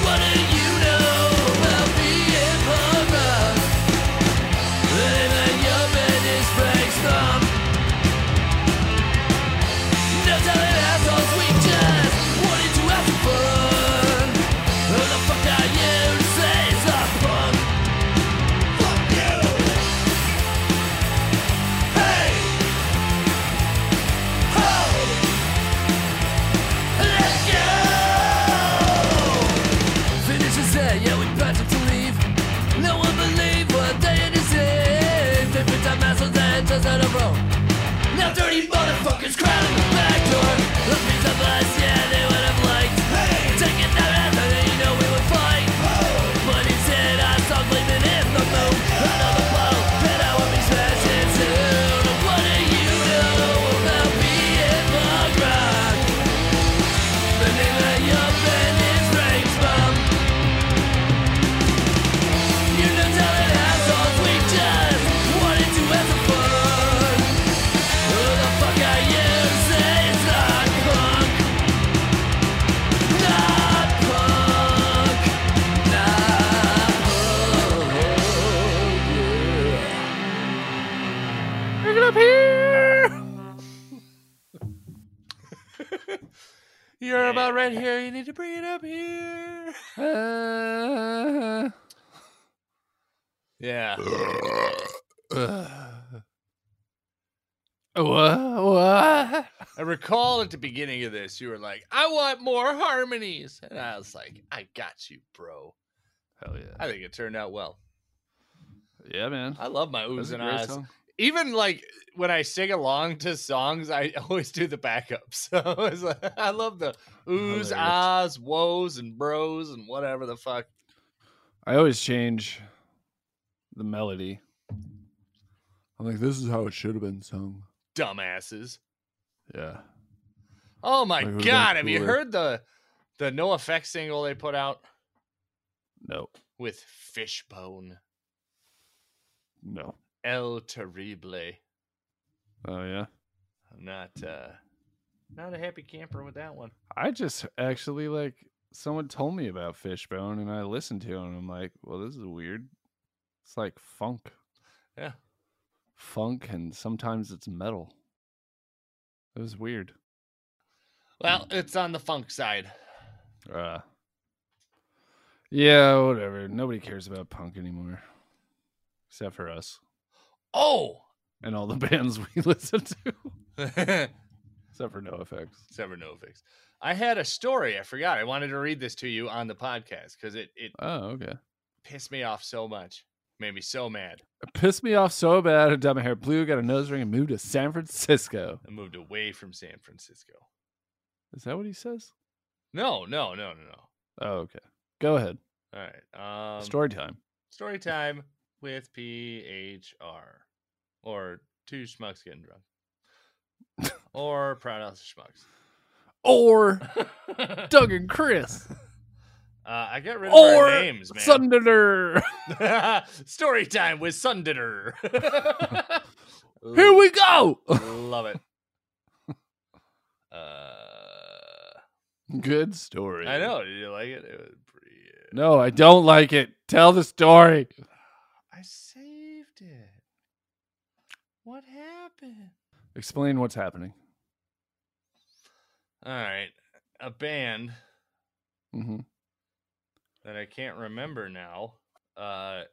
What do you know about being punk? Even your bed is Frank's thumb. No telling how close we just wanted to have some fun. Who the fuck are you to say it's not fun? Fuck you! Hey! Ho! Let's go! Finish his day, yeah, we packed up to leave. No one believed what they had to say. They picked up muscles and just out of row. Now dirty motherfuckers crowding the back door. The piece of us, yeah, they would have liked. Taking that after they know we would fight. But instead, I saw gleaming in the moon. Another bottle that I would be smashing soon. What do you know about being punk rock? The name of your band is Frank's Bomb. You know, telling assholes we just wanted to have some fun. Who the fuck are you to say it's not punk? Not punk. Not punk, yeah.
You're about right here. You need to bring it up here.
uh,
Yeah.
what? What?
I recall at the beginning of this, you were like, I want more harmonies. And I was like, I got you, bro.
Hell yeah!
I think it turned out well.
Yeah, man.
I love my oohs
That's a
and
great
ahs.
song.
Even like when I sing along to songs, I always do the backup. So it's like, I love the oohs,
Hilarious.
ahs, woes, and bros, and whatever the fuck.
I always change the melody. I'm like, this is how it should have been sung.
Dumbasses.
Yeah.
Oh my
Like, would've been
god, have you
cooler.
heard the the no effect single they put out
No.
with Fishbone?
No.
El Terrible.
Oh yeah.
I'm not uh not a happy camper with that one.
I just actually like someone told me about Fishbone, and I listened to it, and I'm like, well, this is weird. It's like funk,
Yeah.
funk, and sometimes it's metal. It was weird.
Well, it's on the funk side.
Uh. Yeah, whatever. Nobody cares about punk anymore, except for us
Oh,
and all the bands we listen to,
except
except for No Effects.
for Novix. I had a story. I forgot. I wanted to read this to you on the podcast because it it
Oh, okay.
pissed me off so much, made me so mad.
It pissed me off so bad. I dyed my hair blue, got a nose ring, and moved to San Francisco.
I moved away from San Francisco.
Is that what he says?
No, no, no, no, no.
Oh, okay. Go ahead.
All right. Um,
Story time.
Story time with PHR or two schmucks getting drunk or proud house of schmucks.
Or Doug and Chris.
Uh, I got rid of
Or
our names, man.
Sunderer.
Story time with Sundinner.
Here we go.
love it. Uh,
Good story.
I know. Did you like it? It was pretty.
No, I don't like it. Tell the story.
I saved it. What happened?
Explain what's happening.
All right, a band
hmm
that I can't remember now uh,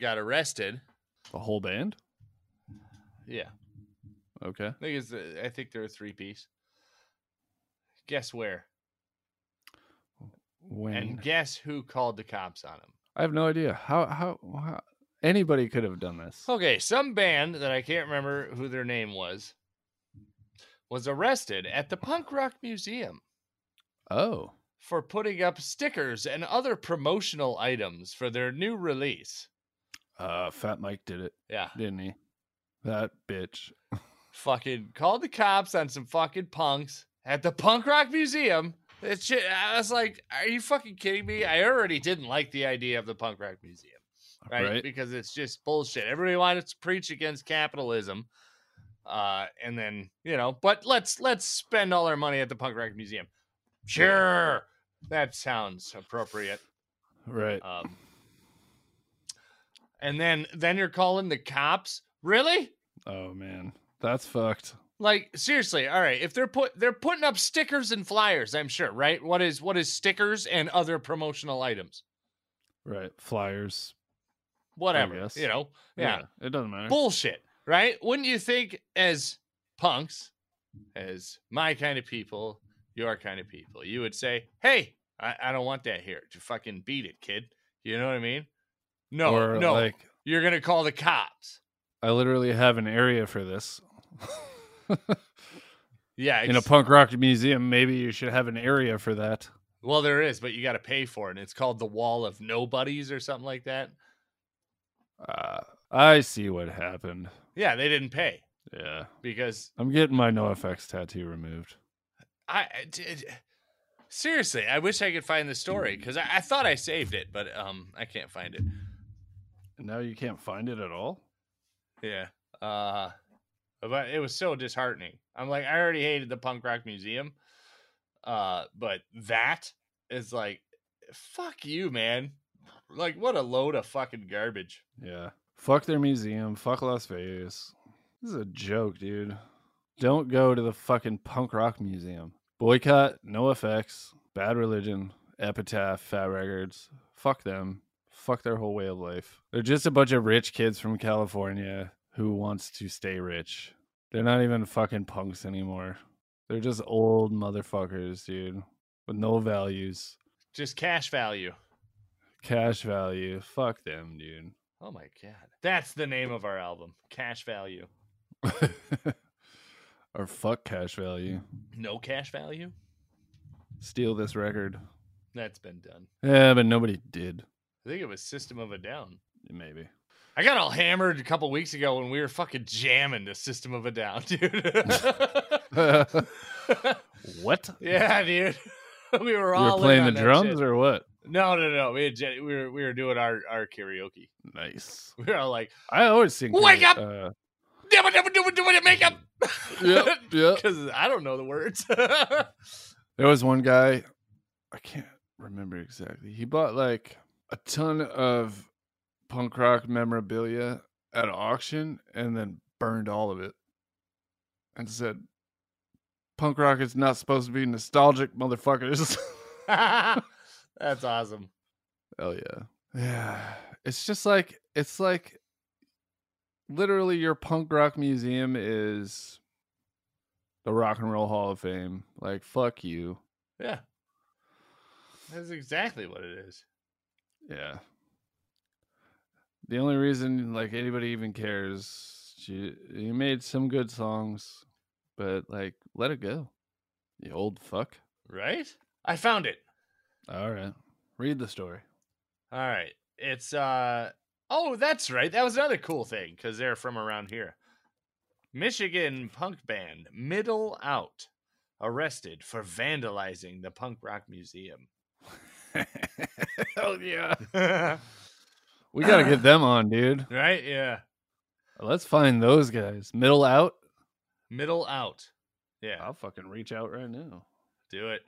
got arrested.
The whole band.
Yeah,
Okay.
I think it's. uh, I think they're a three piece. Guess where?
When
And guess who called the cops on him?
I have no idea how, how how anybody could have done this.
Okay, some band that I can't remember who their name was was arrested at the Punk Rock Museum
Oh,
for putting up stickers and other promotional items for their new release.
uh, Fat Mike did it,
Yeah.
didn't he? That bitch.
fucking called the cops on some fucking punks at the punk rock museum. That shit, I was like, are you fucking kidding me? I already didn't like the idea of the punk rock museum, right?
Right.
Because it's just bullshit. Everybody wanted to preach against capitalism. Uh, and then, you know, but let's let's spend all our money at the punk rock museum. Sure. That sounds appropriate.
Right.
Um, and then then you're calling the cops? Really?
oh man, that's fucked.
Like seriously, all right. If they're put they're putting up stickers and flyers, I'm sure, right? What is what is stickers and other promotional items?
Right. Flyers.
Whatever.
guess.
You know. Yeah.
It doesn't matter.
Bullshit, right? Wouldn't you think as punks, as my kind of people, your kind of people, you would say, Hey, I, I don't want that here. You fucking beat it, kid. You know what I mean? No,
or
no.
like
you're gonna call the cops.
I literally have an area for this.
Yeah,
In a
ex-
punk rock museum, maybe you should have an area for that.
well, there is, but you got to pay for it. And it's called the Wall of Nobodies or something like that.
Uh, I see what happened.
Yeah, they didn't pay.
Yeah.
because
I'm getting my NoFX tattoo removed.
I I did. Seriously, I wish I could find the story because I, I thought I saved it, but um, I can't find it.
And now you can't find it at all?
Yeah. Uh, but it was so disheartening. I'm like, I already hated the punk rock museum. Uh, but that is like, fuck you, man. Like, what a load of fucking garbage.
Yeah. Fuck their museum. Fuck Las Vegas. This is a joke, dude. Don't go to the fucking punk rock museum. Boycott, no effects, bad religion, epitaph, fat records. Fuck them. Fuck their whole way of life. They're just a bunch of rich kids from California who wants to stay rich. They're not even fucking punks anymore. They're just old motherfuckers, dude, with no values,
Just cash value.
cash value. Fuck them, dude.
Oh my god, that's the name of our album, Cash Value.
or fuck cash value.
No cash value.
Steal this record.
That's been done.
Yeah, but nobody did.
I think it was System of a Down.
Maybe.
I got all hammered a couple weeks ago when we were fucking jamming the System of a Down, dude.
What?
yeah, dude. We were
You
all
were
in
playing the
on that
drums
shit.
or what?
No, no, no. We, had, j- we were we were doing our, our karaoke.
Nice.
We were all like,
I always sing.
Wake
karaoke-
up!
Uh,
"Never, never do it, do it, make up."
yep, yep.
Because I don't know the words.
There was one guy, I can't remember exactly. He bought like a ton of punk rock memorabilia at an auction and then burned all of it and said, Punk rock is not supposed to be nostalgic, motherfuckers.
That's awesome.
Hell yeah. Yeah. It's just like it's like literally your punk rock museum is the Rock and Roll Hall of Fame. Like fuck you.
Yeah, that's exactly what it is.
Yeah. The only reason like anybody even cares, you you made some good songs, but like let it go. You old fuck.
Right? I found it.
All right. Read the story.
All right. It's uh oh, that's right. That was another cool thing cuz they're from around here. Michigan punk band Middle Out arrested for vandalizing the punk rock museum.
Hell yeah.
right?
We got to get them on, dude.
Yeah.
Let's find those guys. Middle out.
Middle out. Yeah.
I'll fucking reach out right now.
Do it.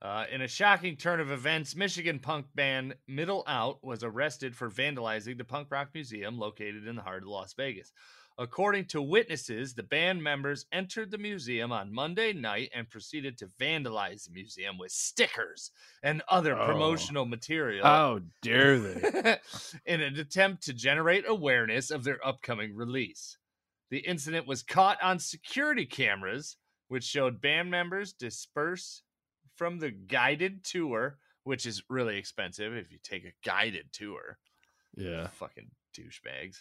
Uh, in a shocking turn of events, Michigan punk band Middle Out was arrested for vandalizing the punk rock museum located in the heart of Las Vegas. According to witnesses, the band members entered the museum on Monday night and proceeded to vandalize the museum with stickers and other
Oh.
promotional material.
How dare they?
in an attempt to generate awareness of their upcoming release. The incident was caught on security cameras, which showed band members disperse from the guided tour, which is really expensive if you take a guided tour.
yeah.
Fucking douchebags.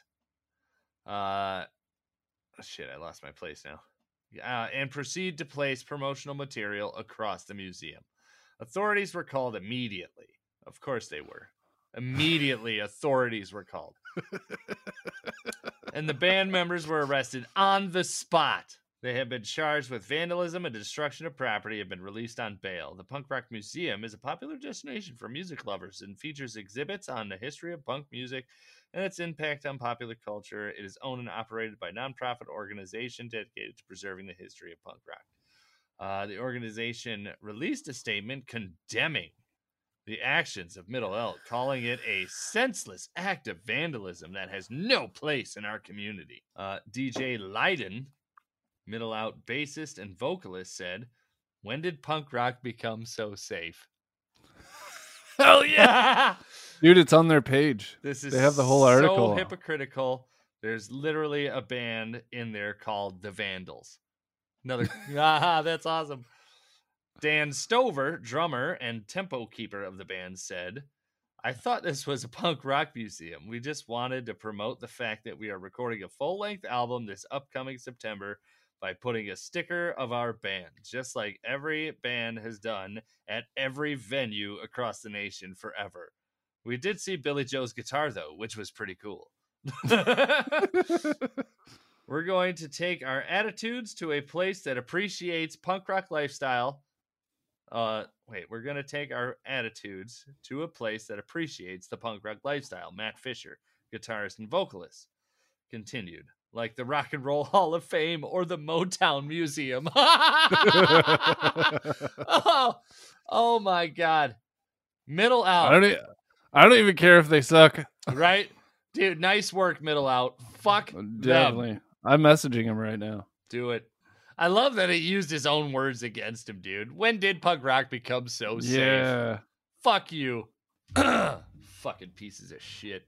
Uh, shit, I lost my place now. Uh, and proceed to place promotional material across the museum. Authorities were called immediately. Of course they were. Immediately, authorities were called. and the band members were arrested on the spot. They have been charged with vandalism and destruction of property and been released on bail. The Punk Rock Museum is a popular destination for music lovers and features exhibits on the history of punk music and its impact on popular culture. It is owned and operated by a nonprofit organization dedicated to preserving the history of punk rock. Uh, the organization released a statement condemning the actions of Middle Elk, calling it a senseless act of vandalism that has no place in our community. Uh, DJ Leiden, Middle Out bassist and vocalist, said, When did punk rock become so safe? Hell yeah!
Dude, it's on their page.
This is
They have the whole
So
article.
hypocritical. There's literally a band in there called the Vandals. Another ah, that's awesome. Dan Stover, drummer and tempo keeper of the band, said, "I thought this was a punk rock museum. We just wanted to promote the fact that we are recording a full length album this upcoming September." By putting a sticker of our band, just like every band has done at every venue across the nation forever. We did see Billy Joe's guitar though, which was pretty cool. We're going to take our attitudes to a place that appreciates punk rock lifestyle. Uh wait, we're going to take our attitudes to a place that appreciates the punk rock lifestyle. Matt Fisher, guitarist and vocalist, continued. Like the Rock and Roll Hall of Fame or the Motown Museum. oh, oh my God. Middle out
I don't. E- I don't even care if they suck.
right? Dude, nice work, middle out. Fuck them.
Oh, Definitely. I'm messaging him right now.
Do it. I love that he used his own words against him, dude. When did punk rock become so safe?
yeah.
Fuck you. Fucking pieces of shit.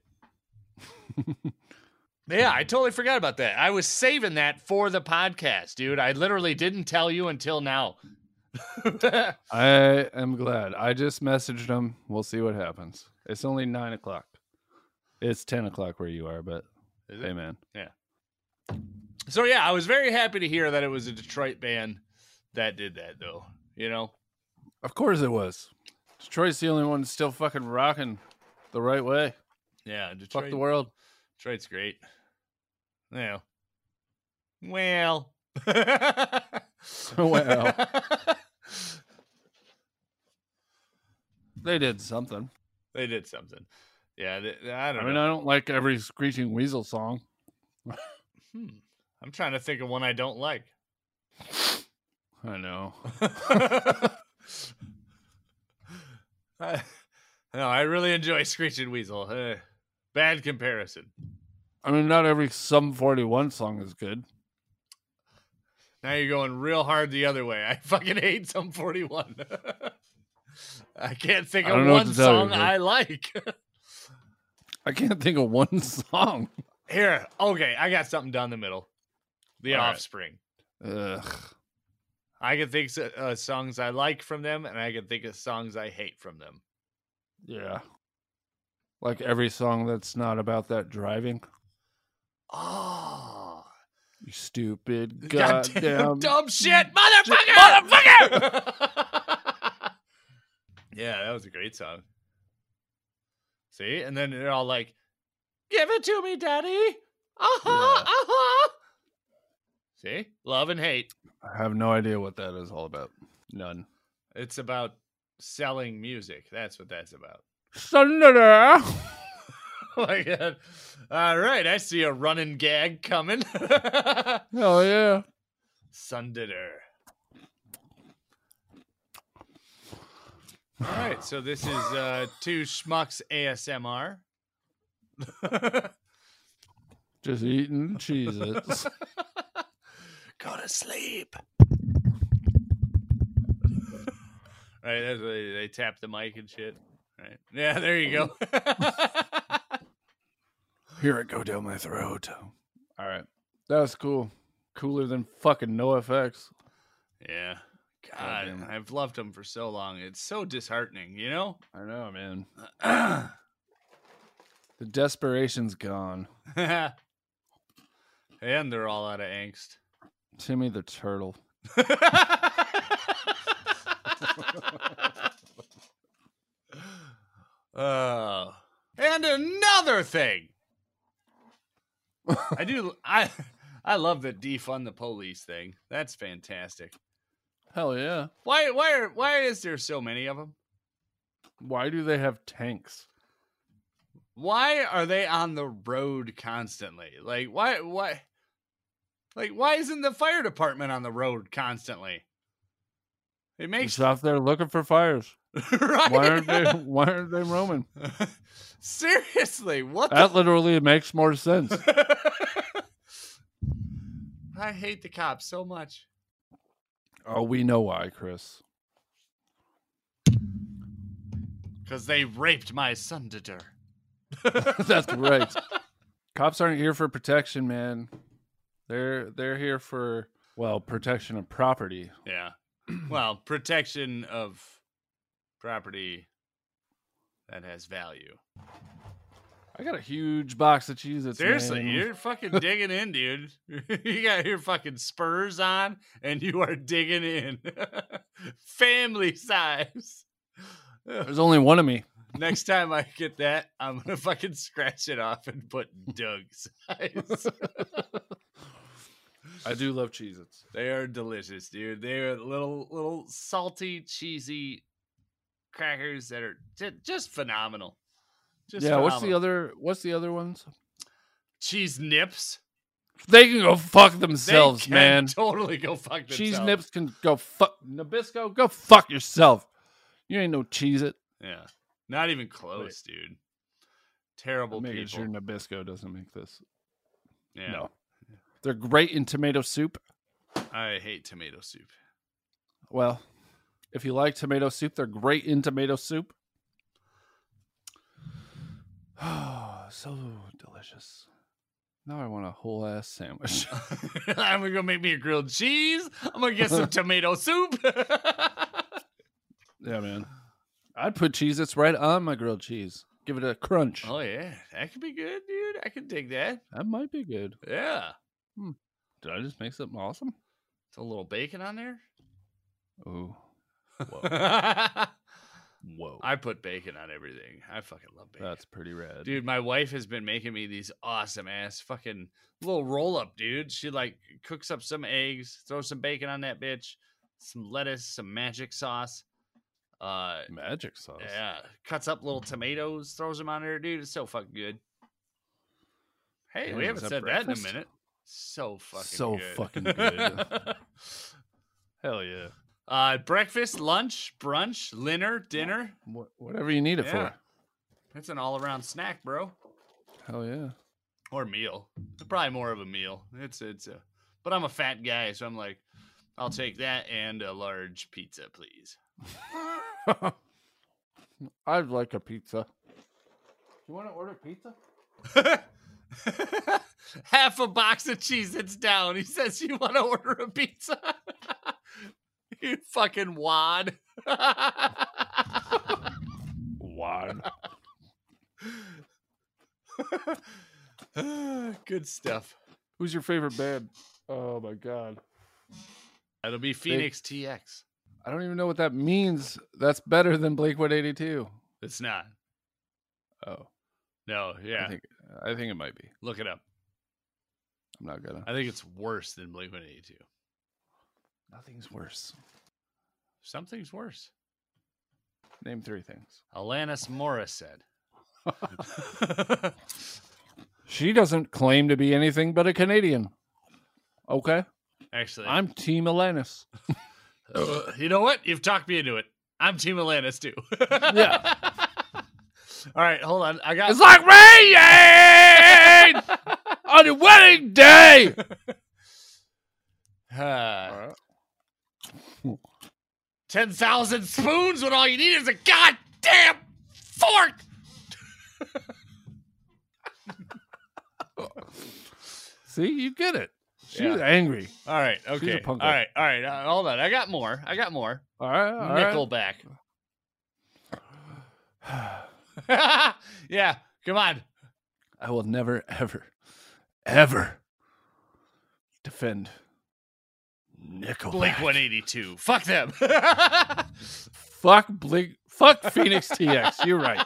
yeah, I totally forgot about that. I was saving that for the podcast, dude. I literally didn't tell you until now.
I am glad. I just messaged him. We'll see what happens. It's only nine o'clock. It's ten o'clock where you are, but
Is it?
hey, man.
So yeah, I was very happy to hear that it was a Detroit band that did that though. You know?
Of course it was. Detroit's the only one still fucking rocking the right way.
Yeah,
Fuck
Detroit.
the world.
Detroit's great. Yeah. Well. well.
They did something.
they did something. Yeah, th- th- I don't
I mean,
know.
I don't like every screeching weasel song.
Hmm. I'm trying to think of one I don't like.
I know.
I- no, I really enjoy Screeching Weasel. Eh, bad comparison.
I mean, not every Sum 41 song is good.
Now you're going real hard the other way. I fucking hate some 41. I can't think
I
of
don't know what
one
to tell you,
song
dude.
I like.
I can't think of one song.
Here, okay, I got something down the middle. The
All right.
Offspring.
Ugh.
I can think of uh, songs I like from them, and I can think of songs I hate from them.
Yeah. Like every song that's not about that driving.
Oh,
You stupid
goddamn
Ah. goddamn.
dumb shit, motherfucker! motherfucker! yeah, that was a great song. See, and then they're all like, "Give it to me, daddy." Uh huh.
Yeah.
Uh huh. See, love and hate.
I have no idea what that is all about. None.
It's about selling music. That's what that's about.
Thunder.
Oh my god. All right, I see a running gag coming.
Oh yeah.
Sunditter. All right, so this is uh two schmucks ASMR.
Just eating cheeses.
Go to sleep. right, that's what they, they tap the mic and shit. Right. Yeah, there you go.
Here it go down my throat. All right. That's cool. Cooler than fucking no effects.
yeah.
damn
God,
it.
I've loved them for so long. It's so disheartening, you know?
I know, man. the desperation's gone.
and they're all out of angst.
Timmy the turtle.
Oh. And another thing. I do I I love the defund the police thing. That's fantastic.
Hell yeah.
Why why are why is there so many of them?
Why do they have tanks?
Why are they on the road constantly? Like why why like why isn't the fire department on the road constantly? It makes
Just out there looking for fires.
right?
Why aren't they why aren't they roaming?
Seriously, what the
That literally makes more sense.
I hate the cops so much.
Oh, we know why, Chris.
Because they raped my son to deter.
That's right. Cops aren't here for protection, man. They're they're here for well, protection of property.
Yeah. Well, protection of property that has value.
I got a huge box of cheese. Its
Seriously,
man.
you're fucking digging in, dude. you got your fucking spurs on and you are digging in. Family size.
there's only one of me.
Next time I get that, I'm gonna fucking scratch it off and put Doug size.
I do love cheez Its.
They are delicious, dude. They are little, little salty, cheesy crackers that are ju- just phenomenal. Just
Yeah, what's the
phenomenal.
other what's the other ones?
cheese nips?
They can go fuck
They
themselves,
can
man.
Totally go fuck themselves.
Cheese nips can go fuck Nabisco, go fuck yourself. You ain't no cheese it.
Yeah, not even close, dude. Terrible
Making
people.
sure Nabisco doesn't make this.
yeah,
No. They're great in tomato soup.
I hate tomato soup.
Well, if you like tomato soup, they're great in tomato soup. Oh, so delicious. Now I want a whole ass sandwich.
I'm gonna go make me a grilled cheese. I'm gonna get some tomato soup.
yeah, man. I'd put cheese that's right on my grilled cheese. Give it a crunch.
oh yeah, that could be good, dude. I could dig that.
That might be good.
Yeah,
Did I just make something awesome?
it's a little bacon on there.
Ooh.
I
Whoa.
put bacon on everything. I fucking love bacon.
That's pretty rad.
dude, my wife has been making me these awesome ass fucking little roll up, dude. She like cooks up some eggs, throws some bacon on that bitch, some lettuce, some magic sauce. Uh
Magic sauce.
yeah, cuts up little tomatoes, throws them on there, dude. It's so fucking good. Hey,
Damn,
we
is
haven't
that
said that in
breakfast?
a minute. So fucking
So
good.
fucking good. Hell yeah.
uh breakfast, lunch, brunch, dinner, dinner.
Wha whatever you need it
Yeah. It's an all around snack, bro.
for. Hell yeah.
Or meal. Probably more of a meal. It's it's a but I'm a fat guy, so I'm like, I'll take that and a large pizza, please.
I'd like a pizza. You want to order pizza?
Half a box of cheese it's down. He says you want to order a pizza. you fucking wad.
Why?
Good stuff.
Who's your favorite band? Oh my god.
It'll be Phoenix TX.
I don't even know what that means. That's better than Blake 182.
It's not.
Oh.
No, yeah.
I think I think it might be.
Look it up.
I'm not gonna.
I think it's worse than Blink 182.
Nothing's worse.
Something's worse.
Name three things.
Alanis Morris said.
She doesn't claim to be anything but a Canadian. Okay.
Actually, uh,
I'm Team Alanis.
you know what? You've talked me into it. I'm Team Alanis too.
Yeah.
All right, hold on. I got.
It's like rain on your wedding day.
Uh, Ten thousand spoons when all you need is a goddamn fork.
See, you get it. She's angry.
All right,
a
okay. All
punker.
right, all right. Uh, hold on. I got more. I got more.
All right. all right.
Nickelback. yeah, come on.
I will never, ever, ever defend Nickelback.
Blink 182. Fuck them.
Fuck Blink. Fuck Phoenix TX. You're right.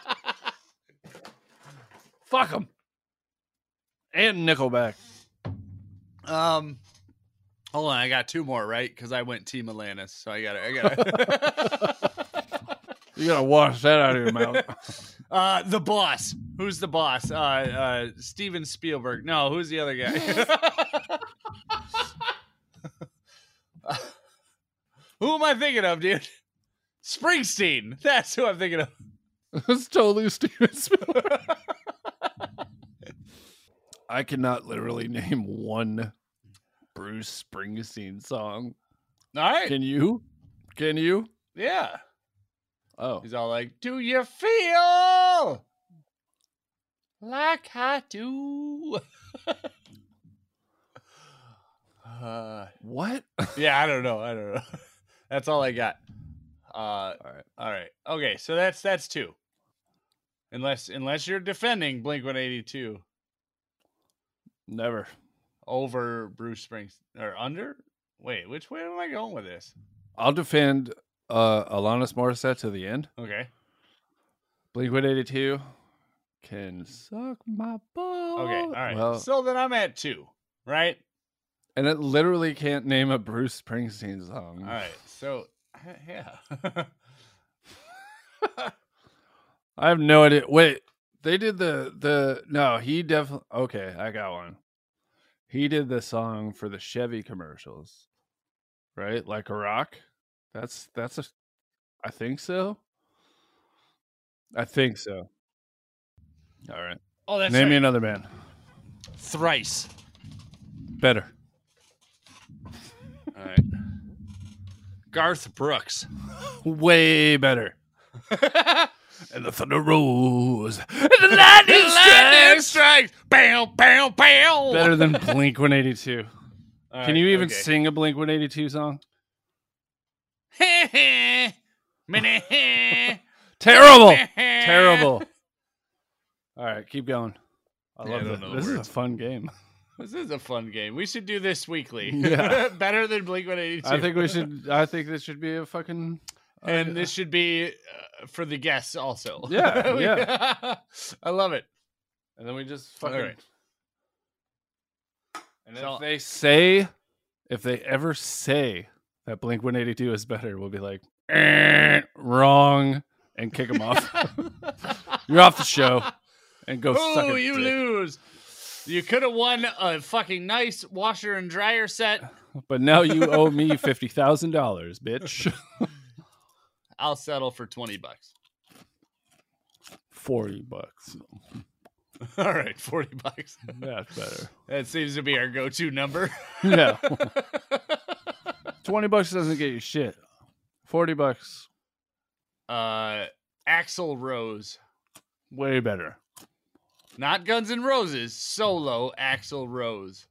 Fuck them. And Nickelback.
um Hold on, I got two more, right? Cuz I went Team Atlantis, so I got to I got to
You gotta wash that out of your mouth.
Uh the boss. Who's the boss? Uh uh Steven Spielberg. No, who's the other guy? who am I thinking of, dude? Springsteen. That's who I'm thinking of.
It's totally Steven Spielberg. I cannot literally name one Bruce Springsteen song.
All right.
Can you? Can you?
Yeah.
Oh,
He's all like, Do you feel like I do? uh,
what?
yeah, I don't know. I don't know. That's all I got. Uh, all right.
right.
All right. Okay. So that's that's two. Unless unless you're defending Blink 182
Never.
over Bruce Springs or under? Wait, which way am I going with this?
I'll defend uh, Alanis Morissette to the end.
Okay.
Blink 182 can suck my ball.
Okay. All right.
Well,
so then I'm at two, right?
and it literally can't name a Bruce Springsteen song.
All right. So yeah.
I have no idea. Wait, they did the the no. He definitely okay. I got one. He did the song for the Chevy commercials, right? Like a rock. That's that's a. I think so. I think so. All right.
oh, that's
Name me
right.
another band.
thrice.
Better.
All right. Garth Brooks.
Way better. and the thunder rolls. And the lightning strikes.
strikes. Bam, bam, bam.
Better than Blink 182.
All
Can
right,
you even
okay.
sing a Blink 182 song? Terrible. Terrible. All right, keep going. I
Yeah, I
love
don't
this.
know the
This is a
words.
fun game.
This is a fun game. We should do this weekly.
Yeah.
Better than Blink 182.
I think we should. I think this should be a fucking.
And this should be uh, for the guests also.
Yeah,
We- I love it.
and then we just fucking.
Alright.
And
So-
if they say, if they ever say that Blink One Eighty Two is better, we'll be like, "Eh, wrong, and kick them off. You're off the show, and go suck
Oh,
a
you
dick.
lose. You could have won a fucking nice washer and dryer set.
But now you owe me fifty thousand dollars, bitch,
I'll settle for 20 bucks.
forty bucks.
All right, 40 bucks.
That's better.
That seems to be our go to number.
Yeah. 20 bucks doesn't get you shit. 40 bucks,
Uh, Axel Rose.
way better.
Not Guns N' Roses, solo Axel Rose.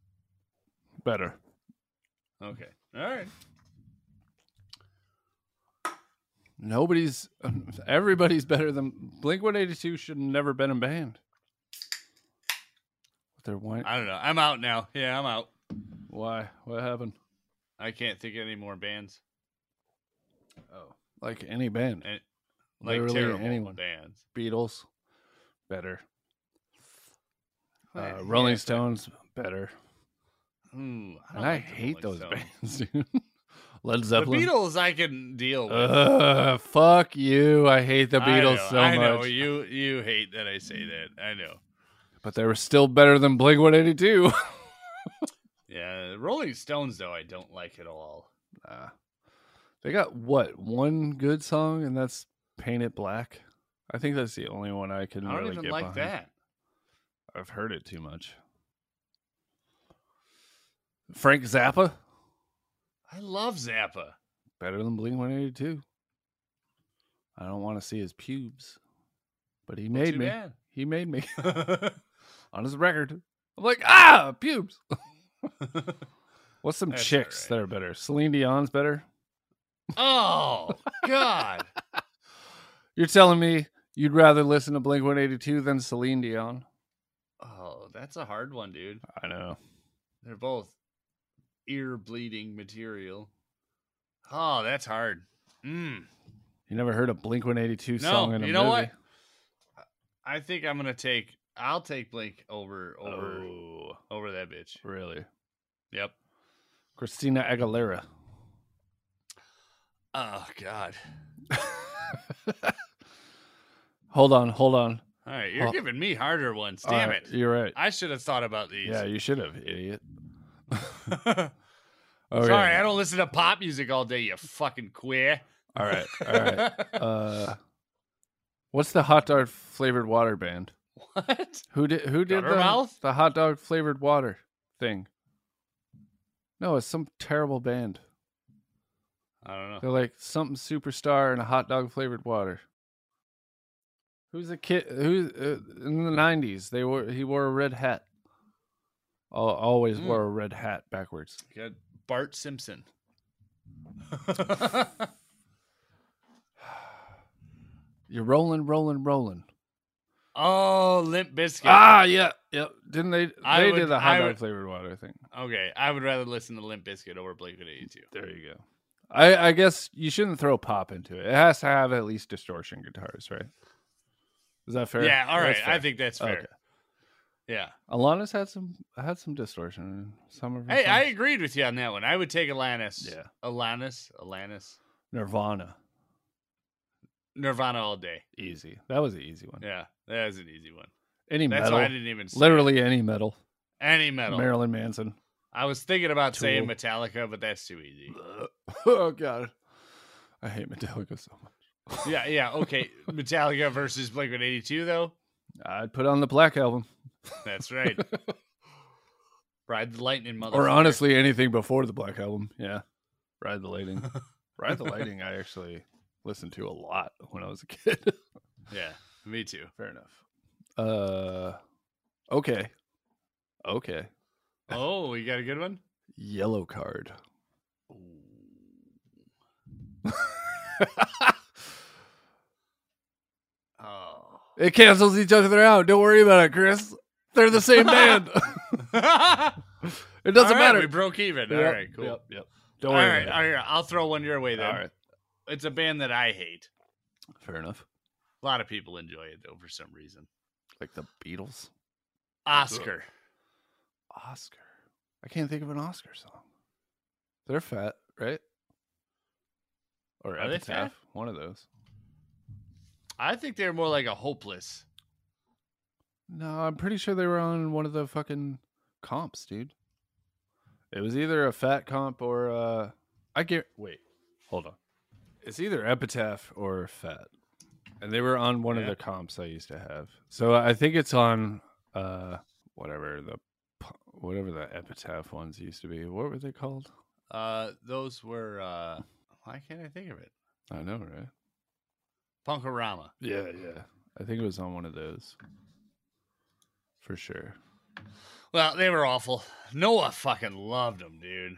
Better.
Okay. All right.
Nobody's, everybody's better than Blink 182 should have never been a band. But they're white.
I don't know. I'm out now. Yeah, I'm out.
Why? What happened?
I can't think of any more bands.
Like any band.
And- Eh, Like
Literally
terrible
anyone.
bands.
Beatles, better. Uh,
Yeah,
Rolling
yeah.
Stones, better.
Ooh, I
And
don't
I
like the
hate
Rolling
those
Stones.
bands, dude. Led
The
Zeppelin.
Beatles, I can deal with.
Ugh, fuck you. I hate the
I
Beatles
know,
so
I know
much.
you you hate that I say that. I know.
But they were still better than Blink 182.
Yeah, Rolling Stones though I don't like at all.
Nah. Uh, They got what? One good song, and that's Paint It Black. I think that's the only one I can
I don't
really
even
get
like
behind.
that.
I've heard it too much. Frank Zappa?
I love Zappa.
Better than Blink 182. I don't want to see his pubes. But he made
Too
me.
bad.
He made me. On his record. I'm like, ah, pubes. What's some
That's all
chicks
right.
that are better? Celine Dion's better?
Oh God.
You're telling me you'd rather listen to Blink 182 than Celine Dion?
Oh, that's a hard one, dude.
I know.
They're both ear bleeding material. Oh, that's hard. Mm.
You never heard a Blink 182
No,
song in a
you know
movie?
what? I think I'm gonna take. I'll take Blink over over
Oh,
over that bitch.
really?
Yep.
Christina Aguilera.
Oh God.
Hold on, hold on.
All right, you're
Oh.
giving me harder ones.
All
Damn
right,
it!
You're right.
I should have thought about these.
Yeah, you should have, idiot.
Sorry, I don't listen to pop music all day. You fucking queer.
All right, all right. Uh, what's the hot dog flavored water band?
what?
Who did who did the,
Guttermouth?
the hot dog flavored water thing? No, it's some terrible band.
I don't know.
They're like something superstar and a hot dog flavored water. Who's a kid? Who uh, in the nineties? They were he wore a red hat. Al always
Hmm.
wore a red hat backwards.
Got Bart Simpson.
You're rolling, rolling, rolling.
oh, Limp Biscuit.
Ah, yeah, yep. Didn't they? They
I
did
would-
the hot
I
dog
would-
flavored water thing.
Okay, I would rather listen to Limp Biscuit over Blink 182.
There you go. I, I guess you shouldn't throw pop into it. It has to have at least distortion guitars, right? Is that fair?
Yeah, all right.
That's
I
fair.
think that's fair.
Okay.
Yeah.
Alana's had some had some distortion. in Some of her
Hey, I
songs.
agreed with you on that one. I would take Alanis.
Yeah.
Alanis. Alanis.
Nirvana.
Nirvana all day.
Easy. That was an easy one.
Yeah, that is an easy one.
Any
That's
metal.
why I didn't even say
Literally any metal.
any metal.
Marilyn Manson.
I was thinking about saying
Tool.
Metallica, but that's too easy.
oh god. I hate Metallica so much.
yeah, yeah, okay. Metallica versus Blink 182, though.
I'd put on the Black Album.
That's right. Ride the lightning, mother.
Or honestly anything before the Black Album. Yeah. Ride the Lightning. Ride the Lightning I actually listened to a lot when I was a kid.
yeah, me too.
Fair enough. Uh okay. Okay.
Oh, you got a good one.
Yellow card.
Oh,
It cancels each other out. Don't worry about it, Chris. They're the same band. it doesn't matter.
We broke even. All
Yep,
right, cool.
Yep, yep. Don't
All
worry.
right,
about
all right. I'll throw one your way
it.
then.
All right.
It's a band that I hate.
Fair enough.
A lot of people enjoy it though for some reason.
Like the Beatles.
Oscar.
Oscar. I can't think of an Oscar song. They're fat, right? Or
Are they
Epitaph. One of those.
I think they're more like a hopeless.
No, I'm pretty sure they were on one of the fucking comps, dude. It was either a fat comp or uh I get wait, hold on. It's either Epitaph or Fat. And they were on one of
Yeah.
the comps I used to have. So I think it's on uh whatever the p- whatever the Epitaph ones used to be. What were they called?
Uh, those were. Uh, why can't I think of it?
I know, right?
Punkorama.
Yeah, yeah. I think it was on one of those. For sure.
Well, they were awful. Noah fucking loved them, dude.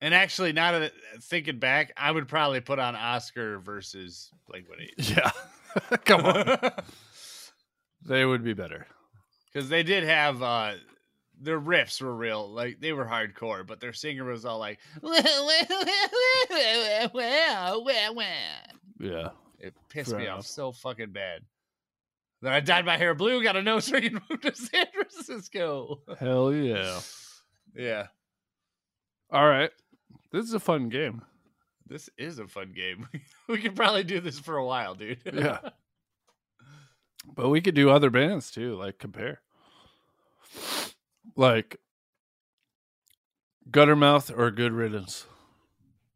And actually, now that uh, thinking back, I would probably put on Oscar versus Blink One Eight
Yeah. Come on. they would be better.
because they did have uh, their riffs were real, like they were hardcore, but their singer was all like, it
Yeah.
pissed
Fair
me
enough.
off so fucking bad. Then I dyed my hair blue, got a nose ring, and moved to San Francisco.
Hell yeah.
Yeah.
All right. This is a fun game.
This is a fun game. we could probably do this for a while, dude.
Yeah. But we could do other bands too, like compare. Like Guttermouth or Good Riddance.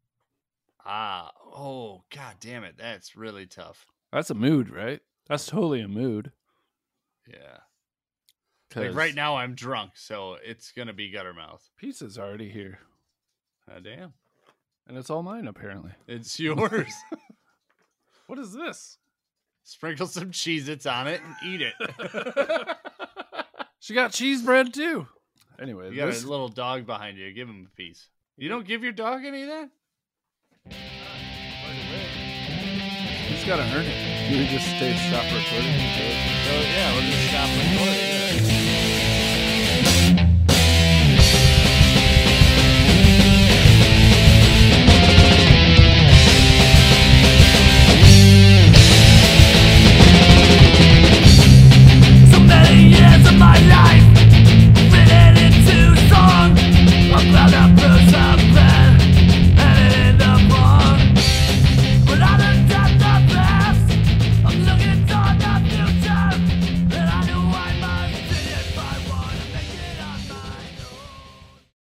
ah. Oh, god damn it. That's really tough.
That's a mood, right? That's totally a mood.
Yeah. Like right
'cause
now I'm drunk, so it's gonna be Guttermouth.
pizza's already here.
Ah, damn.
And it's all mine apparently.
It's yours.
What is this?
Sprinkle some Cheez Its on it and eat it.
She got cheese bread too. Anyway,
you got
this,
a little dog behind you. Give him a piece. You don't give your dog any of that?
he's gotta earn it. You just stay stop recording.
So yeah, we're gonna stop